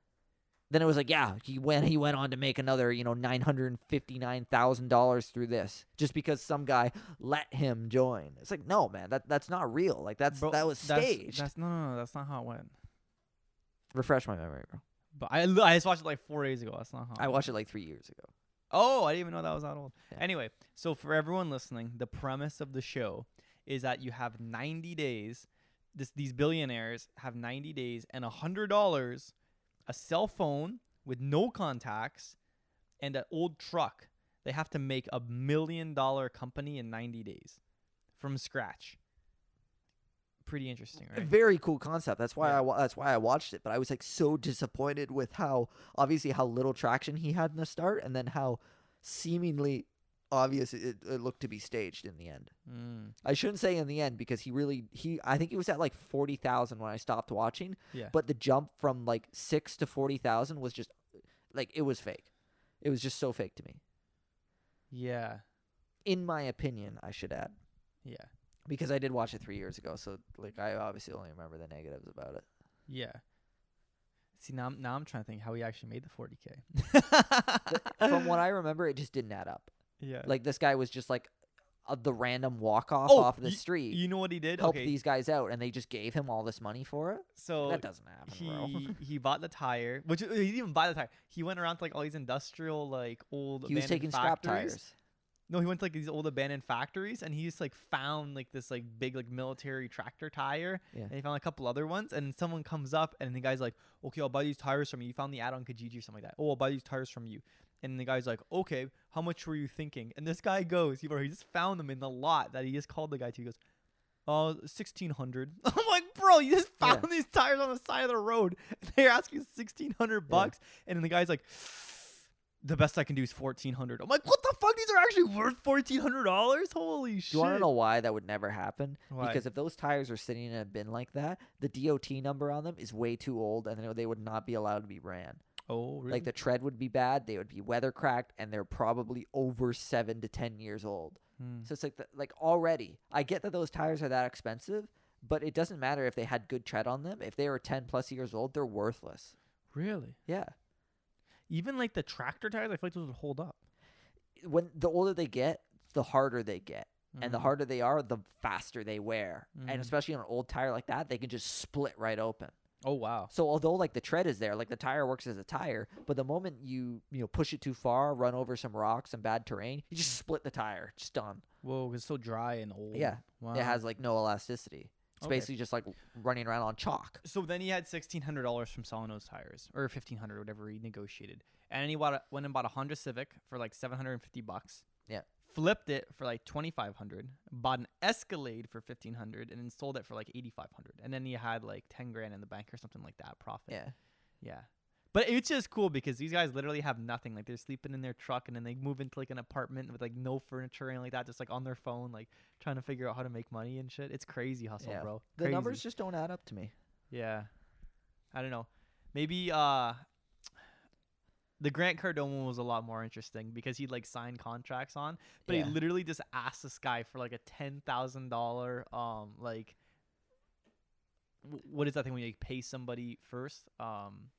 A: Then it was like, yeah, he went. He went on to make another, you know, nine hundred and fifty nine thousand dollars through this, just because some guy let him join. It's like, no, man, that that's not real. Like that's
B: Bro,
A: that was
B: that's-
A: staged.
B: That's, no, no, no, that's not how it went.
A: Refresh my memory, bro.
B: But I, li- I just watched it like four days ago. That's not how.
A: I watched it like three years ago.
B: Oh, I didn't even know that was that old.
A: Yeah.
B: Anyway, so for everyone listening, the premise of the show is that you have 90 days. This these billionaires have 90 days and a hundred dollars, a cell phone with no contacts, and an old truck. They have to make a million dollar company in 90 days, from scratch. Pretty interesting,
A: A
B: right?
A: Very cool concept. That's why
B: Yeah.
A: I wa- that's why I watched it. But I was like so disappointed with how obviously how little traction he had in the start, and then how seemingly obvious it, it looked to be staged in the end.
B: Mm.
A: I shouldn't say in the end because he really he I think he was at like forty thousand when I stopped watching.
B: Yeah.
A: But the jump from like six to forty thousand was just like it was fake. It was just so fake to me,
B: Yeah.
A: in my opinion. I should add
B: Yeah.
A: because I did watch it three years ago, so like I obviously only remember the negatives about it.
B: Yeah. See now, I'm, now I'm trying to think how he actually made the 40k.
A: From what I remember, it just didn't add up.
B: Yeah.
A: Like this guy was just like uh, the random walk off
B: Oh,
A: off the
B: y-
A: street.
B: You know what he did?
A: help
B: okay,
A: these guys out, and they just gave him all this money for it.
B: so
A: that doesn't happen, bro.
B: he he bought the tire, which he didn't even buy the tire. He went around to like all these industrial like old.
A: He was taking
B: abandoned
A: scrap
B: factories.
A: tires.
B: No, he went to like these old abandoned factories, and he just like found like this like big like military tractor tire,
A: Yeah.
B: and he found a couple other ones. And someone comes up, and the guy's like, "Okay, I'll buy these tires from you." You found the ad on Kijiji or something like that. Oh, I'll buy these tires from you. And the guy's like, "Okay, how much were you thinking?" And this guy goes, he, or he just found them in the lot that he just called the guy to. He goes, "Uh, sixteen hundred. I'm like, "Bro, you just
A: Yeah.
B: found these tires on the side of the road. They're asking sixteen hundred bucks." And then the guy's like the best I can do is fourteen hundred. I'm like, what the fuck? These are actually worth fourteen hundred dollars? Holy shit!
A: Do you want to know why that would never happen?
B: Why?
A: Because if those tires are sitting in a bin like that, the DOT number on them is way too old, and they would not be allowed to be ran.
B: Oh, really?
A: Like the tread would be bad, they would be weather cracked, and they're probably over seven to ten years old.
B: Hmm.
A: So it's like the, like already. I get that those tires are that expensive, but it doesn't matter if they had good tread on them. If they were ten plus years old, they're worthless.
B: really?
A: Yeah.
B: Even like the tractor tires, I feel like those would hold up.
A: When the older they get, the harder they get. And the
B: Mm.
A: harder they are, the faster they wear.
B: Mm.
A: And especially on an old tire like that, they can just split right open.
B: Oh wow.
A: So although like the tread is there, like the tire works as a tire, but the moment you you know push it too far, run over some rocks, some bad terrain, you just split the tire, just done.
B: Whoa, it's so dry and old.
A: Yeah,
B: Wow.
A: It has like no elasticity. It's
B: Okay.
A: basically just like running around on chalk.
B: So then he had sixteen hundred dollars from selling those tires, or fifteen hundred, whatever he negotiated. And then he bought a, went and bought a Honda Civic for like seven hundred and fifty bucks.
A: Yeah.
B: Flipped it for like twenty five hundred, bought an Escalade for fifteen hundred, and then sold it for like eighty five hundred. And then he had like ten grand in the bank or something like that profit.
A: Yeah.
B: Yeah. But it's just cool because these guys literally have nothing. Like they're sleeping in their truck and then they move into like an apartment with like no furniture or anything like that, just like on their phone, like trying to figure out how to make money and shit. It's crazy hustle,
A: Yeah.
B: bro.
A: The
B: Crazy.
A: numbers just don't add up to me.
B: Yeah. I don't know. Maybe uh the Grant Cardone one was a lot more interesting because he'd like signed contracts on, but
A: Yeah.
B: he literally just asked this guy for like a ten thousand dollar um like wh- what is that thing when you like, pay somebody first? Um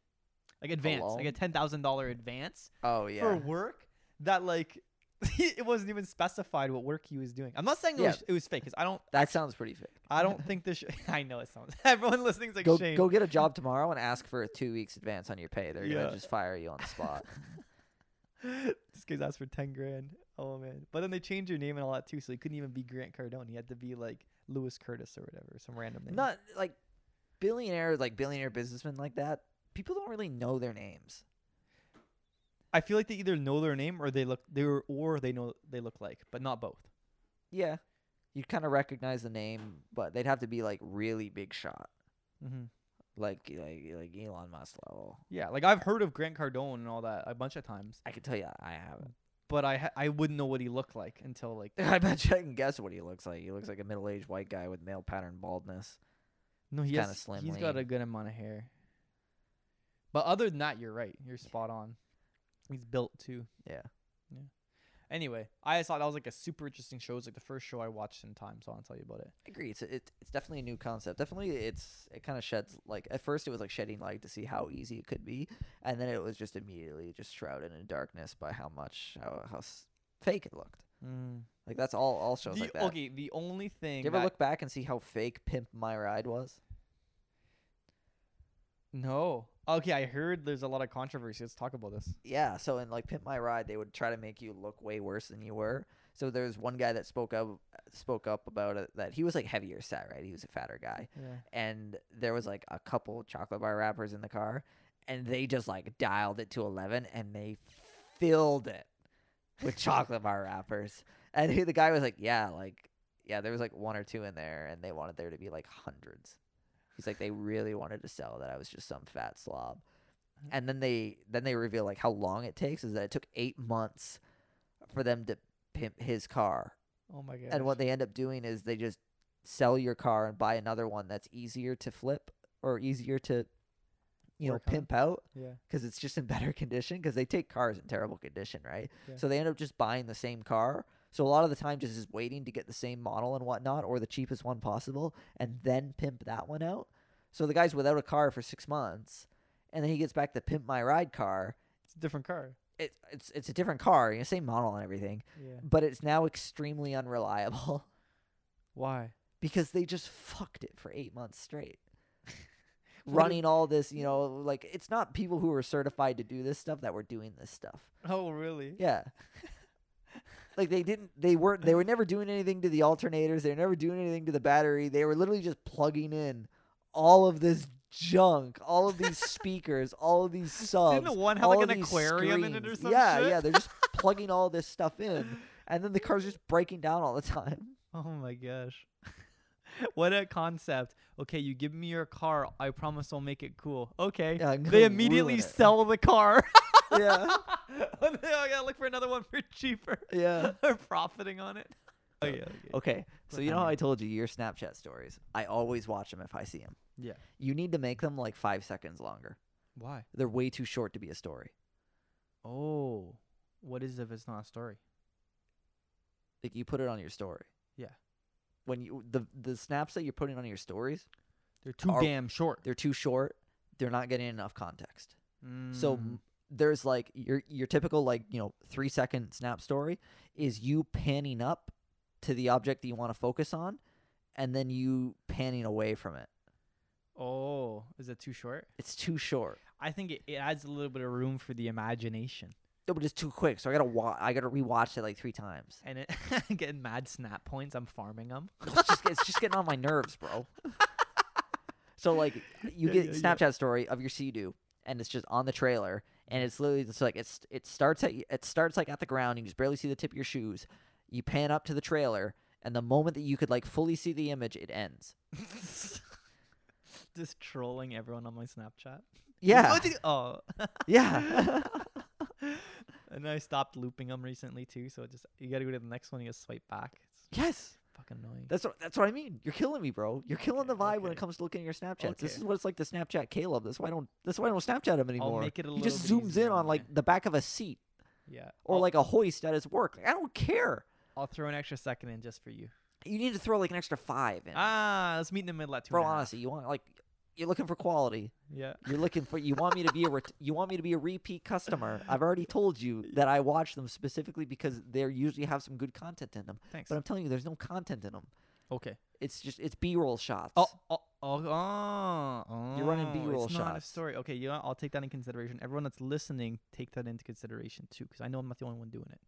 B: like advance, like a
A: loan?
B: ten thousand dollar advance
A: Oh yeah.
B: for work that like it wasn't even specified what work he was doing. I'm not saying it,
A: Yeah.
B: was, it was fake because I don't
A: that sounds pretty fake.
B: I don't think this. Sh- I know it sounds. Everyone listening's like
A: Go
B: Shane.
A: go get a job tomorrow and ask for a two weeks advance on your pay. They're
B: Yeah.
A: gonna just fire you on the spot.
B: this guy's asked for ten grand. Oh man! But then they changed your name and all that too, so he couldn't even be Grant Cardone. He had to be like Lewis Curtis or whatever, some random name.
A: Not like billionaire, like billionaire businessmen like that. People don't really know their names.
B: I feel like they either know their name or they look they were or they know they look like, but not both.
A: Yeah. You'd kind of recognize the name, but they'd have to be like really big shot,
B: Mm-hmm.
A: like like like Elon Musk level.
B: Yeah, like I've heard of Grant Cardone and all that a bunch of times,
A: I can tell you, I haven't.
B: but I ha- I wouldn't know what he looked like until like
A: I bet you I can guess what he looks like. He looks like a middle-aged white guy with male pattern baldness.
B: no he
A: Kinda
B: has
A: slim
B: he's got a
A: lean.
B: good amount of hair. But other than that, you're right. You're spot on. He's built too.
A: Yeah.
B: Anyway, I just thought that was like a super interesting show. It was like the first show I watched in time, so I'll tell you about it.
A: I agree. It's it, it's definitely a new concept. Definitely, it's it kind of sheds like at first it was like shedding light to see how easy it could be, and then it was just immediately just shrouded in darkness by how much how how s- fake it looked.
B: Mm.
A: Like that's all all shows
B: The-
A: like that.
B: okay, the only
A: Do
B: thing.
A: you ever
B: that-
A: look back and see how fake Pimp My Ride was?
B: No. Okay, I heard there's a lot of controversy. Let's talk about this.
A: Yeah, so in like Pimp My Ride, they would try to make you look way worse than you were. So there's one guy that spoke up spoke up about it that he was like heavier set, right? He was a fatter guy,
B: Yeah.
A: and there was like a couple chocolate bar wrappers in the car, and they just like dialed it to eleven, and they filled it with chocolate bar wrappers. And he, the guy was like, "Yeah, like yeah, there was like one or two in there, and they wanted there to be like hundreds. He's like, they really wanted to sell that I was just some fat slob. And then they then they reveal like how long it takes is that it took eight months for them to pimp his car.
B: Oh my god.
A: And what they end up doing is they just sell your car and buy another one that's easier to flip or easier to you
B: Work
A: know
B: on.
A: pimp out
B: Yeah.
A: because it's just in better condition because they take cars in terrible condition right
B: Yeah.
A: so they end up just buying the same car so a lot of the time just is waiting to get the same model and whatnot or the cheapest one possible and then pimp that one out so the guy's without a car for six months and then he gets back the pimp my ride car
B: It's a different car.
A: it, it's it's a different car, you know, same model and everything,
E: Yeah.
A: but it's now extremely unreliable
B: Why?
A: because they just fucked it for eight months straight.
B: What if-
A: Running all this, you know, like it's not people who are certified to do this stuff that were doing this stuff.
B: Oh, really?
A: Yeah. like they didn't they weren't they were never doing anything to the alternators, they were never doing anything to the battery. They were literally just plugging in all of this junk, all of these speakers, all of these subs.
B: Didn't the one have like
A: all
B: an
A: these
B: aquarium in it or
A: screens.
B: some
A: Yeah,
B: shit?
A: yeah, they're just plugging all this stuff in and then the car's just breaking down all the time.
B: Oh my gosh. what a concept. Okay, you give me your car. I promise I'll make it cool. Okay.
A: Yeah, I'm gonna
B: they immediately
A: ruin it.
B: sell the car.
A: yeah.
B: Oh, no, I gotta look for another one for cheaper.
A: Yeah.
B: They're profiting on it. Oh, yeah.
A: Okay. So you know how I told you your Snapchat stories? I always watch them if I see them.
B: Yeah.
A: You need to make them like 5 seconds longer.
B: Why?
A: They're way too short to be a story.
B: Oh. What is if it's not a story?
A: like you put it on your story.
B: Yeah.
A: When you the the snaps that you're putting on your stories,
B: They're too
A: Are-
B: damn short.
A: they're too short. They're not getting enough context. So
B: Mm.
A: m- there's like your your typical like you know three second snap story is you panning up to the object that you want to focus on, and then you panning away from it.
B: Oh, is it too short?
A: It's too short.
B: I think it, it adds a little bit of room for the imagination.
A: No, but it's too quick. So I gotta wa- I gotta rewatch it like three times.
B: And it getting mad snap points. I'm farming them.
A: It's just, it's just getting on my nerves, bro. So like you
B: Yeah,
A: get
B: yeah, yeah.
A: Snapchat story of your Sea-Doo, and it's just on the trailer, and it's literally just like it's it starts at it starts like at the ground, you just barely see the tip of your shoes. You pan up to the trailer, and the moment that you could like fully see the image, it ends.
B: Just trolling everyone on my Snapchat.
A: Yeah,
B: Oh, did- Oh.
A: yeah,
B: and I stopped looping them recently too. So it just you gotta go to the next one. You gotta swipe back. It's
A: yes.
B: fucking annoying.
A: That's what that's what I mean. You're killing me, bro. You're killing
B: Okay,
A: the vibe when it
B: okay. Oh,
A: comes to looking at your Snapchats. This
B: Okay.
A: is what it's like to Snapchat Caleb. That's why I don't. That's why I don't Snapchat him anymore.
B: make it a
A: he just
B: little bit
A: zooms
B: easier
A: in
B: on
A: on
B: you.
A: like the back of a seat
B: yeah.
A: or
B: I'll-
A: like a hoist at his work. Like, I don't care.
B: I'll throw an extra second in just for you.
A: You need to throw like an extra five in.
B: Ah, let's meet in the middle at two.
A: Bro,
B: and a half.
A: honestly, you want like you're looking for quality.
B: Yeah.
A: You're looking for you want me to be a ret- you want me to be a repeat customer. I've already told you that I watch them specifically because they usually have some good content in them.
B: Thanks.
A: But I'm telling you, there's no content in them.
B: okay.
A: It's just it's B-roll shots.
B: Oh, oh, oh, oh,
A: You're running
B: oh,
A: B-roll
B: It's not a
A: shots.
B: story. Okay, you know, what? I'll take that in consideration. Everyone that's listening, take that into consideration too, because I know I'm not the only one doing it.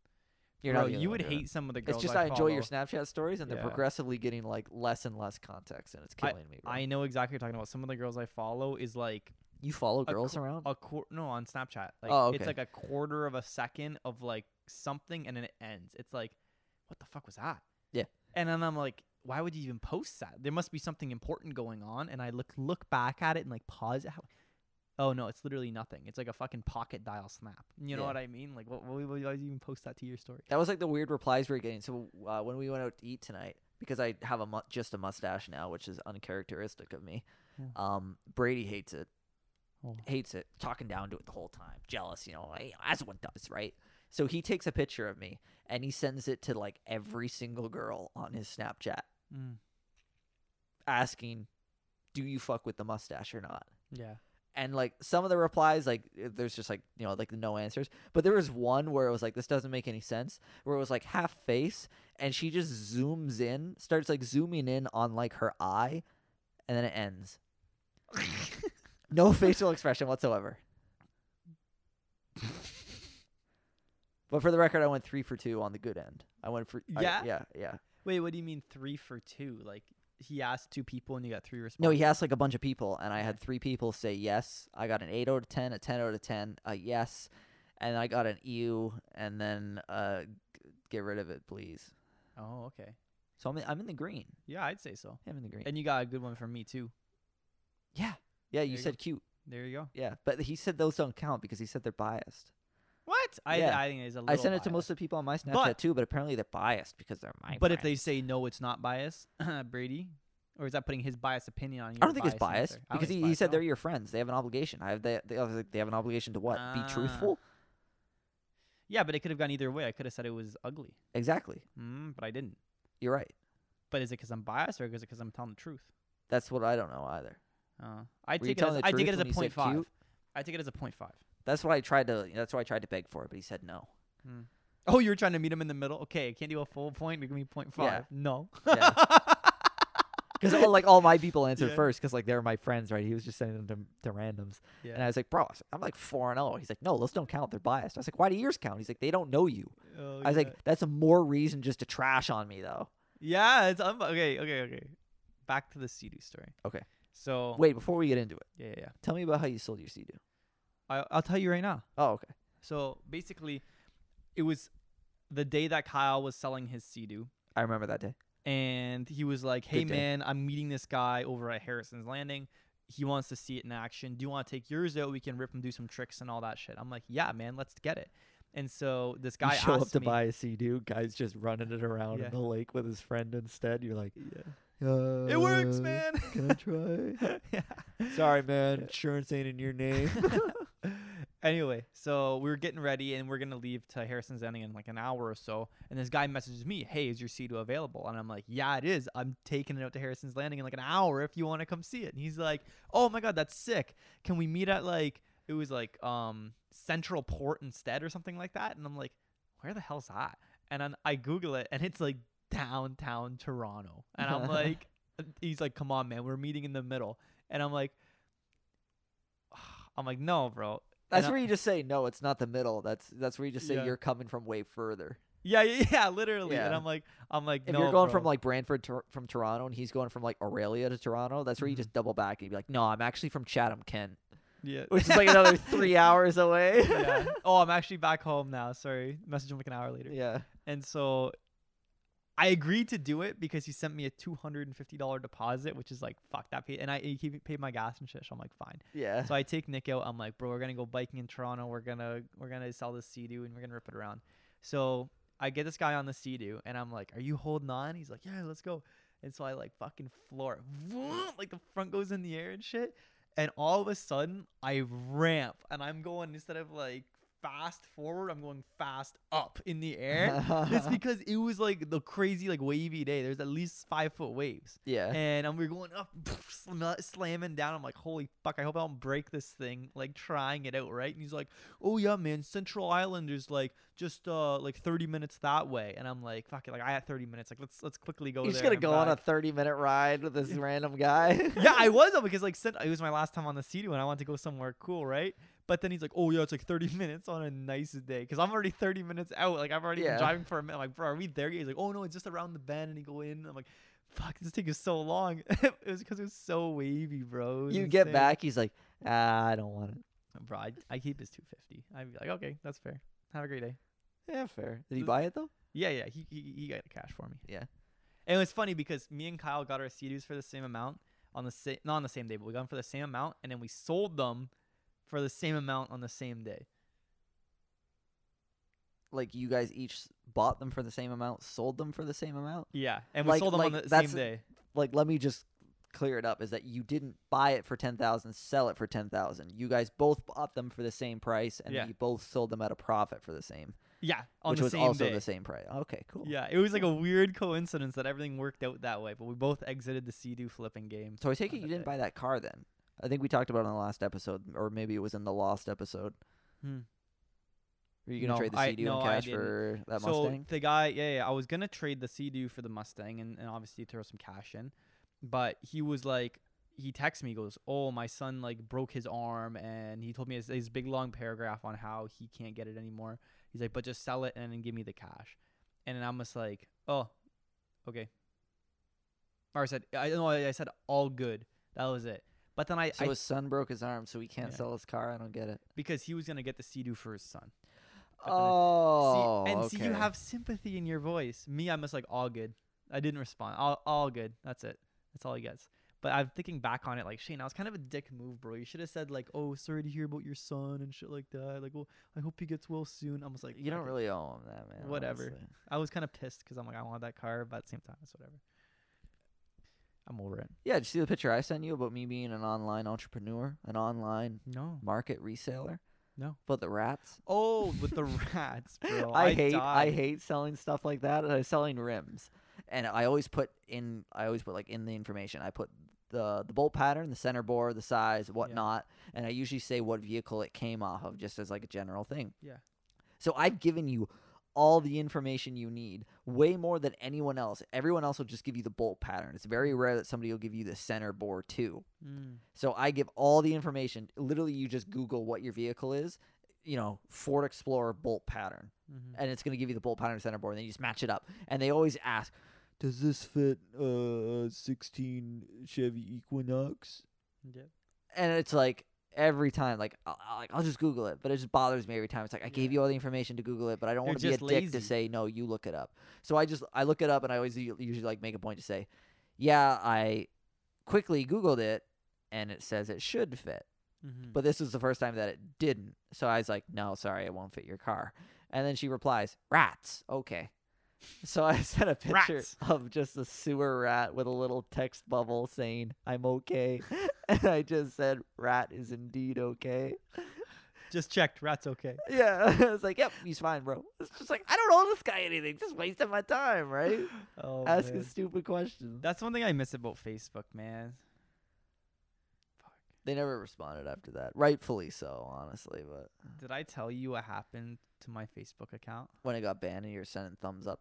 A: you're
B: Bro,
A: not the only
B: you
A: one
B: would
A: doing
B: hate some of the
A: It.
B: girls.
A: It's just
B: I,
A: I enjoy your
B: follow.
A: Snapchat stories, and they're
B: Yeah.
A: progressively getting like less and less context, and it's killing me. Bro.
B: I know exactly what you're talking about. Some of the girls I follow is like
A: you follow
B: a
A: girls
B: qu-
A: around?
B: a quarter. No, on Snapchat, like
A: Oh,
B: it's
A: okay.
B: like a quarter of a second of like something, and then it ends. It's like, what the fuck was that?
A: Yeah.
B: And then I'm like, why would you even post that? There must be something important going on. And I look look back at it and like pause it. How- Oh no, it's literally nothing. It's like a fucking pocket dial snap. You know
A: Yeah.
B: what I mean? Like, what, why would you even post that to your story?
A: That was like the weird replies we were getting. So uh, when we went out to eat tonight, because I have a mu- just a mustache now, which is uncharacteristic of me.
B: Hmm.
A: Um, Brady hates it.
B: Oh.
A: Hates it. Talking down to it the whole time. Jealous, you know, I- as one does, right? So he takes a picture of me and he sends it to like every single girl on his Snapchat,
B: Mm.
A: asking, "Do you fuck with the mustache or not?"
B: Yeah.
A: and like some of the replies like uh, there's just like you know like no answers but there was one where it was like this doesn't make any sense where it was like half face and she just zooms in starts like zooming in on like her eye and then it ends no facial expression whatsoever but for the record i went three for two on the good end i went for I-
B: Yeah?
A: yeah yeah
B: Wait, what do you mean three for two? Like he asked two people and you got three responses.
A: No, he asked like a bunch of people, and I had three people say yes. I got an eight out of ten, a ten out of ten, a yes, and I got an ew, and then uh, g- get rid of it, please.
B: Oh, okay.
A: So I'm in, I'm in the green.
B: Yeah, I'd say so.
A: I'm in the green.
B: And you got a good one from me too.
A: yeah, yeah.
B: There
A: You
B: you go.
A: said cute.
B: There you go.
A: Yeah, but he said those don't count because he said they're biased.
B: What? I
A: Yeah.
B: I think it's a little
A: I sent it to
B: biased.
A: most of the people on my Snapchat
B: But-
A: too, but apparently they're biased because they're my.
B: But if they
A: friends.
B: say no, it's not bias, Brady, or is that putting his biased opinion on you?
A: I don't think it's biased because he, he said they're your friends. They have an obligation. I have they, they, I was like, they have an obligation to what?
B: Ah.
A: Be truthful.
B: Yeah, but it could have gone either way. I could have said it was ugly,
A: Exactly.
B: mm, but I didn't.
A: You're right.
B: But is it because I'm biased or is it because I'm telling the truth?
A: That's what I don't know either.
B: Uh, I
A: Were you
B: take it.
A: telling
B: As,
A: the
B: I take
A: truth
B: it as a
A: when you said
B: point five.
A: cute?
B: I take it as a point five.
C: That's what I tried to. That's why I tried to beg for it, but he said no.
B: Oh, you were trying to meet him in the middle. Okay, I can't do a full point. You give me point five.
C: Yeah.
B: No.
A: Yeah. Because like all my people answered
B: Yeah.
A: first, because like they were my friends, right? He was just sending them to, to randoms,
B: Yeah.
A: and I was like, "Bro, I was- I'm like four and zero." He's like, "No, those don't count. They're biased." I was like, "Why do yours count?" He's like, "They don't know you."
B: Oh,
A: I was
B: yeah.
A: like, "That's a more reason just to trash on me, though."
B: yeah, it's un- okay, okay, okay. Back to the Sea-Doo story.
A: Okay.
B: So
A: Wait, before we get into it,
B: yeah, yeah, yeah.
A: tell me about how you sold your CD.
B: I, I'll tell you right now.
A: Oh, okay.
B: So basically, it was the day that Kyle was selling his Sea-Doo.
A: I remember that day.
B: and he was like, "Hey
A: Good day.
B: man, I'm meeting this guy over at Harrison's Landing. He wants to see it in action. Do you want to take yours out? We can rip him, do some tricks and all that shit." I'm like, "Yeah, man, let's get it." And so this guy
A: you show
B: asked
A: up to
B: me,
A: buy a CD, guys just running it around
B: Yeah.
A: in the lake with his friend instead. You're like,
B: yeah.
A: uh,
B: "It works, man."
A: Can I try?
B: yeah.
A: Sorry, man. Insurance ain't in your name.
B: anyway, so we were getting ready and we're gonna leave to Harrison's Landing in like an hour or so. And this guy messages me, "Hey, is your Sea-Doo available?" And I'm like, "Yeah, it is. I'm taking it out to Harrison's Landing in like an hour if you want to come see it." And he's like, "Oh my god, that's sick. Can we meet at like it was like um Central Port instead or something like that?" And I'm like, "Where the hell's that?" And then I Google it and it's like downtown Toronto. And I'm like, he's like, "Come on, man, we're meeting in the middle." And I'm like. I'm like, no, bro.
A: That's
B: I-
A: where you just say no. It's not the middle. That's that's where you just say
B: Yeah.
A: you're coming from way further.
B: Yeah, yeah, yeah, literally. And
A: Yeah.
B: I'm like, I'm like,
A: If
B: no,
A: you're going
B: bro.
A: from like Brantford to, from Toronto and he's going from like Aurelia to Toronto, that's where you
B: Mhm.
A: just double back and you'd be like, no, I'm actually from Chatham, Kent,
B: yeah,
A: which is like another three hours away.
B: yeah. Oh, I'm actually back home now. Sorry, message him like an hour later.
A: yeah.
B: And so, I agreed to do it because he sent me a two hundred and fifty dollar deposit, which is like, fuck that. Pay- and I he paid my gas and shit. So I'm like, fine.
A: Yeah.
B: So I take Nick out. I'm like, bro, we're gonna go biking in Toronto. We're gonna we're gonna sell this Sea-Doo and we're gonna rip it around. So I get this guy on the Sea-Doo and I'm like, are you holding on? He's like, yeah, let's go. And so I like fucking floor it. Vroom, like the front goes in the air and shit. And all of a sudden I ramp and I'm going instead of like fast forward, I'm going fast up in the air. it's because it was like the crazy like wavy day. There's at least five foot waves
A: yeah.
B: and I'm we're going up, slam- slamming down. I'm like, holy fuck! I hope I don't break this thing. Like trying it out, right? And he's like, oh yeah, man, Central Island is like just uh like 30 minutes that way. And I'm like, fuck it, like I had 30 minutes. Like let's let's quickly go.
A: You're
B: there
A: just gonna
B: and
A: go on a
B: back."
A: 30 minute ride with this random guy.
B: yeah, I was though because like sent, it was my last time on the sea and I wanted to go somewhere cool, right? But then he's like, "Oh yeah, it's like 30 minutes on a nice day because I'm already 30 minutes out. Like I've already
A: Yeah.
B: been driving for a minute. I'm like, bro, are we there? yet?" He's like, "Oh no, it's just around the bend." And he go in. I'm like, "Fuck, this thing is so long." it was because it was so wavy, bro. It was
A: you get
B: insane.
A: back, he's like, ah, I don't want it.
B: bro. I, I keep his 250. I'd be like, "Okay, that's fair. Have a great day."
A: Yeah, fair. Did he
B: This-
A: buy it though?
B: Yeah, yeah. He he, he got it cash for me.
A: Yeah.
B: And it was funny because me and Kyle got our CDs for the same amount on the same not on the same day, but we got them for the same amount, and then we sold them for the same amount on the same day.
A: Like you guys each s- bought them for the same amount, sold them for the same amount.
B: Yeah, and we
A: Like-
B: sold them on
A: like,
B: the
A: that's-
B: same day.
A: like let me just clear it up is that you didn't buy it for 10,000 sell it for 10,000 you guys both bought them for the same price and
B: Yeah.
A: you both sold them at a profit for the same
B: Yeah, on
A: which
B: the
A: was
B: same
A: also
B: day.
A: the same price okay cool
B: Yeah, it was like a weird coincidence that everything worked out that way, but we both exited the sea flipping game.
A: so i take it
B: on
A: you
B: that
A: didn't
B: day.
A: buy that car then i think we talked about it on the last episode or maybe it was in the lost episode
B: Hmm.
A: were you gonna
B: No,
A: trade the
B: I-
A: cd
B: no,
A: in
B: I
A: cash
B: didn't.
A: for that
B: so
A: mustang
B: the guy, yeah, yeah, I was gonna trade the Sea-Doo for the Mustang and, and obviously throw some cash in, but he was like, he texts me, he goes, "Oh, my son like broke his arm," and he told me his, his big long paragraph on how he can't get it anymore. He's like, "But just sell it and then give me the cash," and then I'm just like, "Oh, okay." Or I said, I know I said all good. That was it. But then I,
A: so
B: I
A: his son broke his arm so he can't
B: Yeah.
A: sell his car i don't get it
B: because he was gonna get the Sea-Doo for his son. then I-
A: oh
B: see, and see, you
A: okay.
B: have sympathy in your voice. Me, I'm just like all good. I didn't respond. All, all good. That's it. That's all he gets. But I'm thinking back on it, like Shane, I was kind of a dick move, bro. You should have said like, "Oh, sorry to hear about your son" and shit like that. Like, well, I hope he gets well soon. I was like,
A: you don't
B: "Fuck it."
A: really owe him that man
B: Whatever.
A: honestly.
B: I was kind of pissed because I'm like, I want that car, but at the same time, it's whatever. I'm over it.
A: Yeah, did you see the picture I sent you about me being an online entrepreneur, an online
B: No.
A: market reseller?
B: No.
A: But the rats?
B: Oh, with the rats, bro.
A: I, hate I
B: died.
A: hate selling stuff uh, like that. and I was selling rims. And I always put in I always put like in the information, I put the the bolt pattern, the center bore, the size, whatnot, and I usually say what vehicle it came off of, just as like a general thing.
B: Yeah.
A: So I've given you all the information you need, way more than anyone else. Everyone else will just give you the bolt pattern. It's very rare that somebody will give you the center bore too.
B: Mm,
A: So I give all the information. Literally, you just Google what your vehicle is. You know, Ford Explorer bolt pattern
B: mm-hmm.
A: and it's going to give you the bolt pattern center board, and then you just match it up. And they always ask,
F: Does this fit uh 16 Chevy Equinox?
G: Yeah.
A: and it's like every time, like I'll, I'll- like I'll just Google it, but it just bothers me every time. It's like I gave you all the information to Google it, but I don't
B: They're
A: want to be a
B: just
A: dick
B: lazy.
A: to say no. You look it up. So I just I look it up, and I always u- usually like make a point to say, yeah, I quickly Googled it, and it says it should fit.
B: Mm-hmm.
A: But this was the first time that it didn't. So I was like, no, sorry, it won't fit your car. And then she replies, rats. Okay. So I sent a picture
B: Rats.
A: of just a sewer rat with a little text bubble saying, I'm okay. and I just said, rat is indeed okay.
B: Just checked. Rat's okay.
A: Yeah. I was like, yep, he's fine, bro. It's just like, I don't owe this guy anything. Just wasting my time, right?
B: Oh,
A: Asking
B: man.
A: stupid questions.
B: That's one thing I miss about Facebook, man.
A: They never responded after that. Rightfully so, honestly. But
B: Did I tell you what happened to my Facebook account?
A: when it got banned and you were sending thumbs up,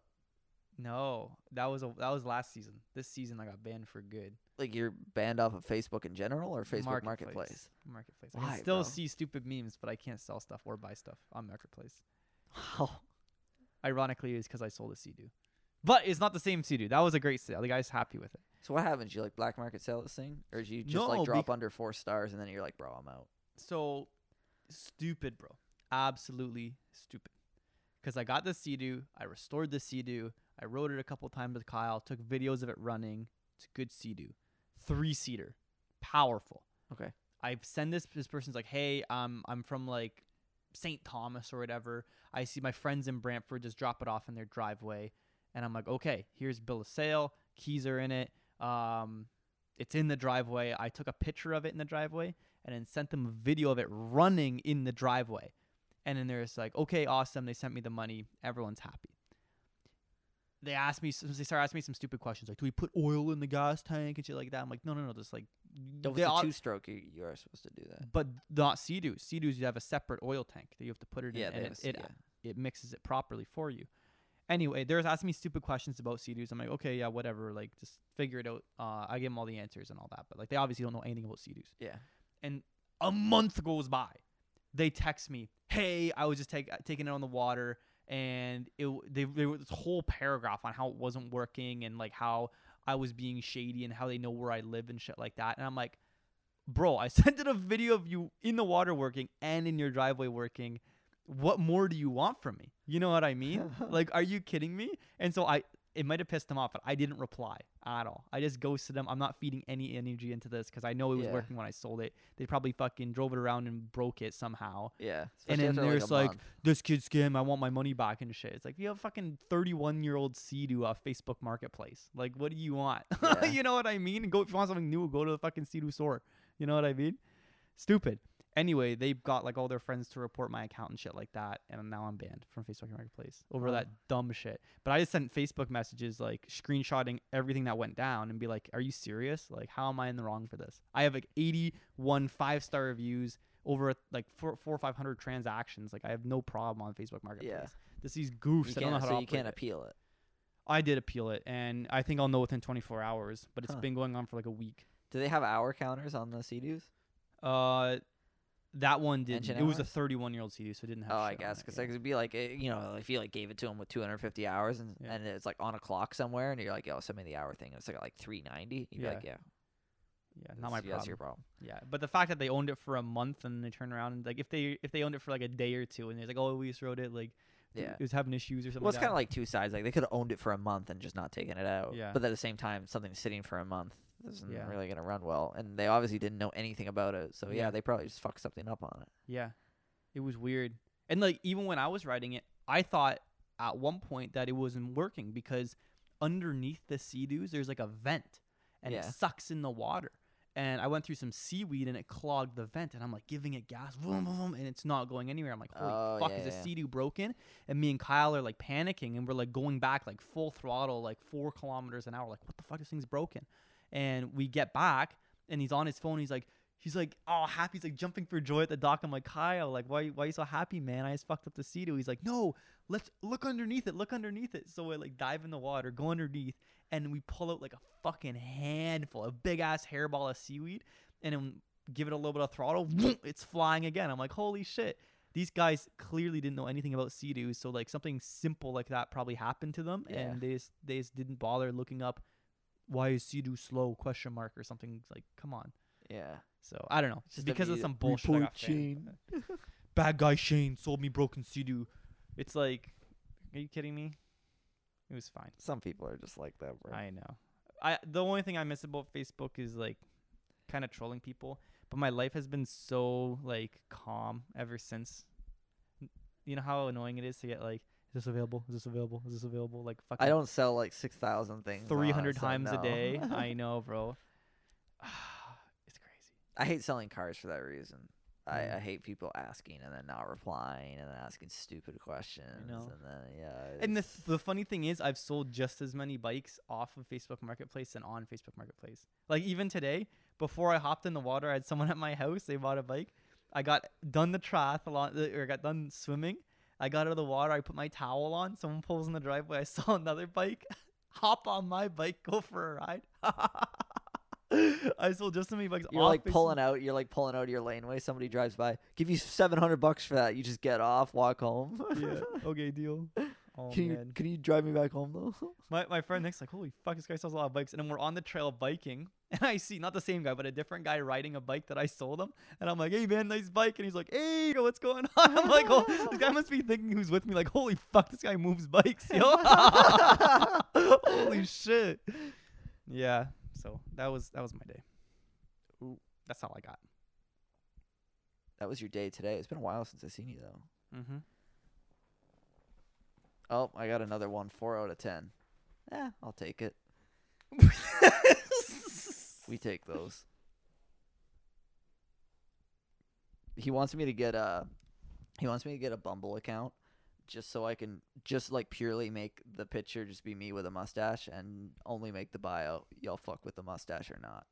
B: No, that was a, that was last season. This season I got banned for good.
A: like you're banned off of Facebook in general or Facebook Marketplace?
B: Marketplace. I
A: Why,
B: can still
A: bro?
B: see stupid memes, but I can't sell stuff or buy stuff on Marketplace.
A: Oh,
B: Ironically, it's because I sold a Sea-Doo. But it's not the same Sea-Doo. That was a great sale. The guy's happy with it.
A: so what happens? You like black market sell this thing, or do you just
B: No,
A: like drop
B: bec-
A: under four stars and then you're like, bro, I'm out.
B: So stupid, bro. Absolutely stupid. Because I got the Sea-Doo. I restored the Sea-Doo. I rode it a couple times with Kyle. Took videos of it running. It's a good Sea-Doo. Three-seater. Powerful.
A: Okay.
B: I send this this person's like, hey, um, I'm from like St. Thomas or whatever. I see my friends in Brantford just drop it off in their driveway, and I'm like, okay, here's bill of sale, keys are in it, um, it's in the driveway. I took a picture of it in the driveway and then sent them a video of it running in the driveway, and then they're just like, okay, awesome. They sent me the money. Everyone's happy. They asked me. They start asking me some stupid questions like, "Do we put oil in the gas tank and shit like that?" I'm like, "No, no, no. Just like,
A: If
B: they
A: it's
B: au-
A: a two stroke, you, you are supposed to do that.
B: but not Sea-Doo. Sea-Doos, you have a separate oil tank that you have to put it
A: Yeah,
B: in,
A: they
B: and
A: have
B: it,
A: a-
B: it,
A: yeah.
B: it mixes it properly for you. Anyway, they're asking me stupid questions about Sea-Doos. I'm like, okay, yeah, whatever. Like, just figure it out. Uh, I give them all the answers and all that, but like, they obviously don't know anything about Sea-Doos.
A: Yeah.
B: A month goes by, they text me, "Hey, I was just take, taking it on the water." And it w- they they were this whole paragraph on how it wasn't working and like how I was being shady and how they know where I live and shit like that. And I'm like, bro, I sent it a video of you in the water working and in your driveway working. What more do you want from me? You know what I mean? like, are you kidding me? And so I, it might have pissed them off, but I didn't reply at all. I just ghosted them. I'm not feeding any energy into this because I know it was
A: Yeah.
B: working when I sold it. They probably fucking drove it around and broke it somehow.
A: Yeah.
B: And
A: especially
B: then
A: after, a
B: there's like,
A: month.
B: this kid scam. I want my money back and shit. It's like you have fucking 31 year old Sea-Doo off Facebook Marketplace. Like, what do you want?
A: Yeah.
B: you know what I mean? Go if you want something new, go to the fucking Sea-Doo store. You know what I mean? Stupid. Anyway, they got like all their friends to report my account and shit like that, and now I'm banned from Facebook Marketplace over
A: Oh.
B: that dumb shit. But I just sent Facebook messages like screenshotting everything that went down and be like, "Are you serious? Like, how am I in the wrong for this? I have like 81 five star reviews." over like four, four or five hundred transactions. Like I have no problem on Facebook Marketplace. This these
A: you
B: goofs. I don't
A: can't,
B: know how to
A: so you
B: operate
A: can't uh
B: it.
A: appeal it.
B: I did appeal it, and I think I'll know within 24 hours. But it's
A: Huh.
B: been going on for like a week.
A: Do they have hour counters on the CDs?
B: Uh, that one did.
A: Engine
B: It was a
A: hours?
B: 31 year old CD, so it didn't have.
A: Oh, I
B: shit on
A: guess
B: it,
A: because
B: yeah.
A: it could be like eh, you know if you like gave it to him with 250 hours and,
B: Yeah.
A: and it's like on a clock somewhere and you're like, yo, send me the hour thing. And it's like like 390. You'd
B: Yeah.
A: be like, yeah,
B: yeah, not
A: that's-
B: my problem.
A: That's your problem.
B: Yeah, but the fact that they owned it for a month and they turn around and like if they if they owned it for like a day or two and they're like, oh, we just wrote it like
A: Yeah.
B: it was having issues or something.
A: Well, it's
B: like
A: kind
B: that.
A: of like two sides. Like they could have owned it for a month and just not taken it out.
B: Yeah.
A: But at the same time, something sitting for a month isn't
B: Yeah.
A: really gonna run well, and they obviously didn't know anything about it. So yeah,
B: Yeah.
A: they probably just fucked something up on it.
B: Yeah. It was weird. And like even when I was writing it, I thought at one point that it wasn't working because underneath the sea dews there's like a vent and
A: Yeah.
B: it sucks in the water. And I went through some seaweed and it clogged the vent and I'm like giving it gas vroom, vroom, vroom, and it's not going anywhere. I'm like, holy
A: Oh,
B: fuck,
A: yeah,
B: is
A: yeah.
B: a sea dew broken? And me and Kyle are like panicking and we're like going back like full throttle, like four kilometers an hour, like, what the fuck this thing's broken? and we get back and he's on his phone. He's like, he's like, oh, happy. He's like jumping for joy at the dock. I'm like, Kyle, like, why, why you so happy, man? I just fucked up the Sea-Doo. He's like, no, let's look underneath it. Look underneath it. So I like dive in the water, go underneath, and we pull out like a fucking handful, a big ass hairball of seaweed, and then give it a little bit of throttle. Vroom, it's flying again. I'm like, holy shit. These guys clearly didn't know anything about sea-doos, so like something simple like that probably happened to them,
A: Yeah.
B: and they just, they just didn't bother looking up why is sea-doo slow question mark or something like come on.
A: Yeah.
B: So I don't know.
A: It's just
B: because of
A: immediate
B: some bullshit. I got fed. Bad guy Shane sold me broken Sea-Doo. It's like, are you kidding me? It was fine.
A: Some people are just like that, bro.
B: I know. I the only thing I miss about Facebook is like kind of trolling people, but my life has been so like calm ever since. N- You know how annoying it is to get like, is this available? Is this available? Is this available? Like fucking
A: I don't sell like six thousand things. on,
B: 300
A: so
B: times
A: no.
B: a day. I know, bro. it's crazy.
A: I hate selling cars for that reason. I, I
B: Mm.
A: hate people asking and then not replying and then asking stupid questions
B: know.
A: and then yeah.
B: And the,
A: it's-
B: the funny thing is, I've sold just as many bikes off of Facebook Marketplace than on Facebook Marketplace. Like even today, before I hopped in the water, I had someone at my house. They bought a bike. I got done the triathlon, uh, or got done swimming. I got out of the water. I put my towel on. Someone pulls in the driveway. I saw another bike. Hop on my bike. Go for a ride. I sold just as many bikes.
A: you're
B: off
A: like
B: Facebook-
A: pulling out. You're like pulling out of your laneway. Somebody drives by, give you seven hundred bucks for that. You just get off, walk home.
B: Yeah. Okay. Deal. Oh
A: can
B: man.
A: you can you drive me back home though?
B: My, my
E: Hmm.
B: friend next like, holy fuck, this guy sells a lot of bikes. And then we're on the trail biking, and I see not the same guy, but a different guy riding a bike that I sold him. And I'm like, hey man, nice bike. And he's like, hey, yo, what's going on? I'm like, oh, this guy must be thinking who's with me. Like, holy fuck, this guy moves bikes, yo. holy shit. Yeah. So that was that was my day. That's all I got.
A: that was your day today. It's been a while since I seen you though.
B: Mm-hmm.
A: Oh, I got another one. Four out of ten. Yeah, I'll take it. We take those. He wants me to get a he wants me to get a Bumble account just so I can just like purely make the picture just be me with a mustache and only make the bio y'all fuck with the mustache or not.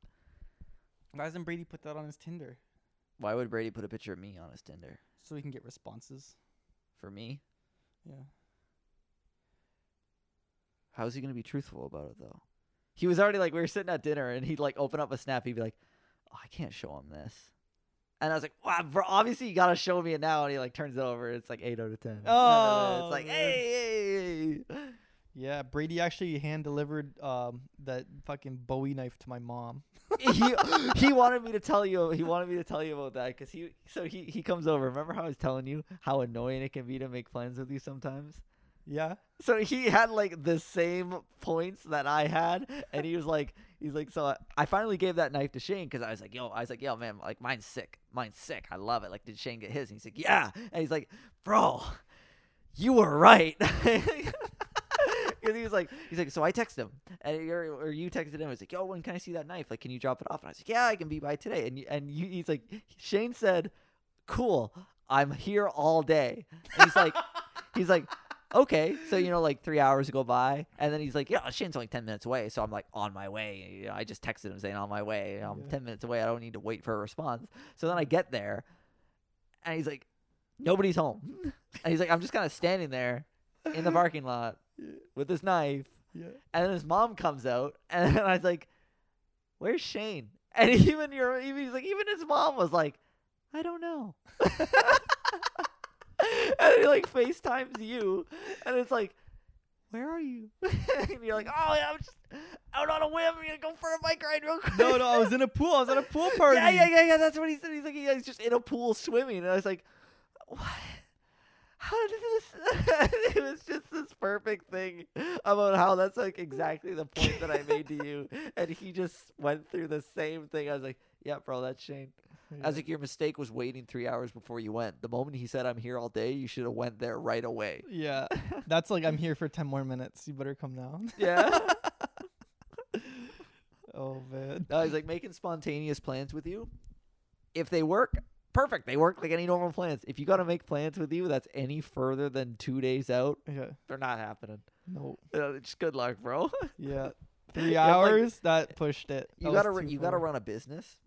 E: Why doesn't Brady put that on his Tinder
A: Why would Brady put a picture of me on his Tinder?
E: so he can get responses?
A: For me?
E: Yeah.
A: How's he gonna be truthful about it though? He was already like we were sitting at dinner and he'd like open up a snap. He'd be like, oh, "I can't show him this," and I was like, "Wow, bro, obviously you gotta show me it now." And he like turns it over. It's like eight out of ten.
E: Oh,
A: it's like
E: man.
A: hey, hey, hey.
E: Yeah, Brady actually hand delivered um, that fucking Bowie knife to my mom.
A: he he wanted me to tell you. He wanted me to tell you about that because he. So he he comes over. Remember how I was telling you how annoying it can be to make plans with you sometimes.
E: Yeah.
A: So he had like the same points that I had, and he was like, he's like, so I, I finally gave that knife to Shane because I was like, yo, I was like, yo, man, like mine's sick, mine's sick, I love it. Like, did Shane get his? And he's like, yeah, and he's like, bro, you were right. Because he was like, he's like, so I texted him, and you or you texted him. I was like, yo, when can I see that knife? Like, can you drop it off? And I was like, yeah, I can be by today. And you, and you, he's like, Shane said, cool, I'm here all day. And he's like, he's like, okay. So you know, like three hours go by, and then he's like, yeah, Shane's only ten minutes away. So I'm like, on my way. You know, I just texted him saying on my way. You know, I'm
E: Yeah.
A: ten minutes away. I don't need to wait for a response. So then I get there, and he's like, nobody's home. And he's like, I'm just kind of standing there in the parking lot
E: Yeah.
A: with this knife.
E: Yeah.
A: And then his mom comes out, and then I was like, "Where's Shane?" And even your, even he's like, even his mom was like, "I don't know." and he like FaceTimes you, and it's like, "Where are you?" and you're like, "Oh yeah, I'm just out on a whim. I'm gonna go for a bike ride real quick."
B: No, no, I was in a pool. I was at a pool party.
A: Yeah, yeah, yeah, yeah. That's what he said. He's like, yeah, he's just in a pool swimming, and I was like, what? How did this? it was just this perfect thing about how that's like exactly the point that I made to you, and he just went through the same thing. I was like, yeah, bro, that's Shane. I was like, your mistake was waiting three hours before you went. The moment he said, "I'm here all day," you should have went there right away.
E: Yeah. That's like, I'm here for 10 more minutes. You better come now.
A: Yeah.
E: oh, man.
A: I was Uh, like making spontaneous plans with you. If they work, perfect. They work like any normal plans. If you got to make plans with you, that's any further than two days out,
E: Yeah.
A: they're not happening.
E: No.
A: Uh, just good luck, bro.
E: Yeah.
H: Three
I: Yeah, like-
H: hours that pushed it.
I: That
A: eh, you
I: was
A: gotta
I: too
A: run, you gotta
I: far.
A: run a business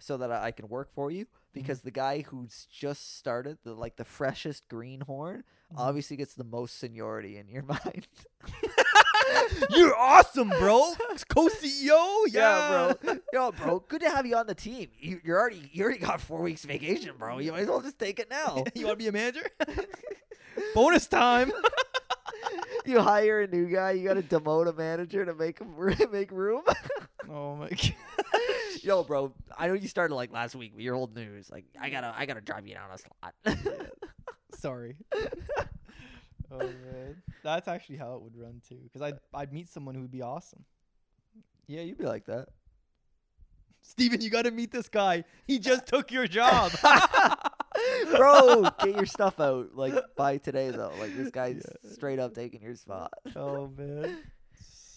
A: so that I I can work for you because
I: Mm-hmm.
A: the guy who's just started the like the freshest greenhorn
I: Mm-hmm.
A: obviously gets the most seniority in your mind.
B: You're awesome, bro. Co-CEO. Yeah,
A: bro. Yo, bro, good to have you on the team. You, you're already you already got four weeks vacation, bro. You might as well just take it now.
B: you want to be a manager? Bonus time.
A: you hire a new guy, you gotta demote a manager to make him make room.
B: Oh my god.
A: Yo, bro, I know you started like last week, but you're old news. Like, I gotta, I gotta drive you down a slot.
H: Sorry. oh man, that's actually how it would run too. Because I'd I'd meet someone who would be awesome.
I: Yeah, you'd be like that.
B: Steven, you got to meet this guy. He just took your job.
A: bro get your stuff out like by today though like this guy's straight up taking your spot
H: Oh man.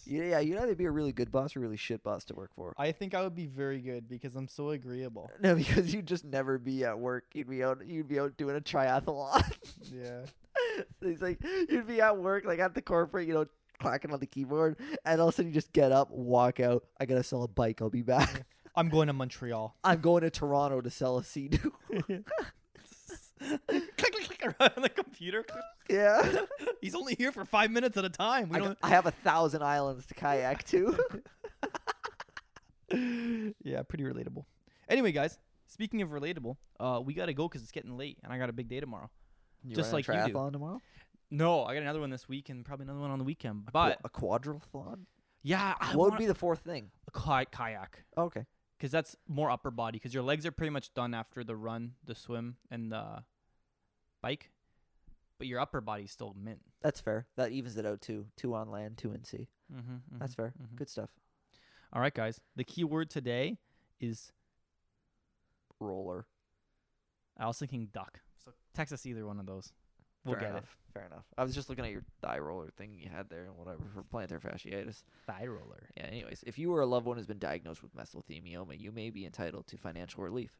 A: You- yeah you'd either be a really good boss or a really shit boss to work for
H: I think I would be very good because I'm so agreeable.
A: no because you'd just never be at work you'd be out you'd be out doing a triathlon
H: Yeah.
A: he's like you'd be at work like at the corporate you know clacking on the keyboard and all of a sudden you just get up walk out i gotta sell a bike i'll be back
B: I'm going to Montreal.
A: i'm going to toronto to sell a sea-doo
B: click, click, click around on the computer.
A: yeah
B: He's only here for five minutes at a time. We
A: I,
B: don't.
A: got- I have a thousand islands to kayak to
B: yeah, pretty relatable. Anyway, guys, speaking of relatable, uh, we gotta go because it's getting late, and I got a big day tomorrow. Just
A: running
B: like you do.
A: triathlon tomorrow
B: No, I got another one this week, and probably another one on the weekend.
A: A qua-
B: But
A: a quadrathlon
B: yeah, Uh, I
A: what would
B: wanna-
A: be the fourth thing?
B: ki- kayak
A: Okay.
B: because that's more upper body because your legs are pretty much done after the run, the swim, and the bike, but your upper body's still mint.
A: That's fair. That evens it out too. Two on land, two in sea.
B: Mm-hmm,
A: That's fair.
B: mhm.
A: Good stuff.
B: All right, guys. The key word today is
A: Roller.
B: I was thinking duck. So text us either one of those. We'll
A: fair
B: get
A: enough. Fair enough. I was just looking at your thigh roller thing you had there and whatever for plantar fasciitis.
B: it. Thigh roller.
A: Yeah. Anyways, if you or a loved one has been diagnosed with mesothelioma, you may be entitled to financial relief.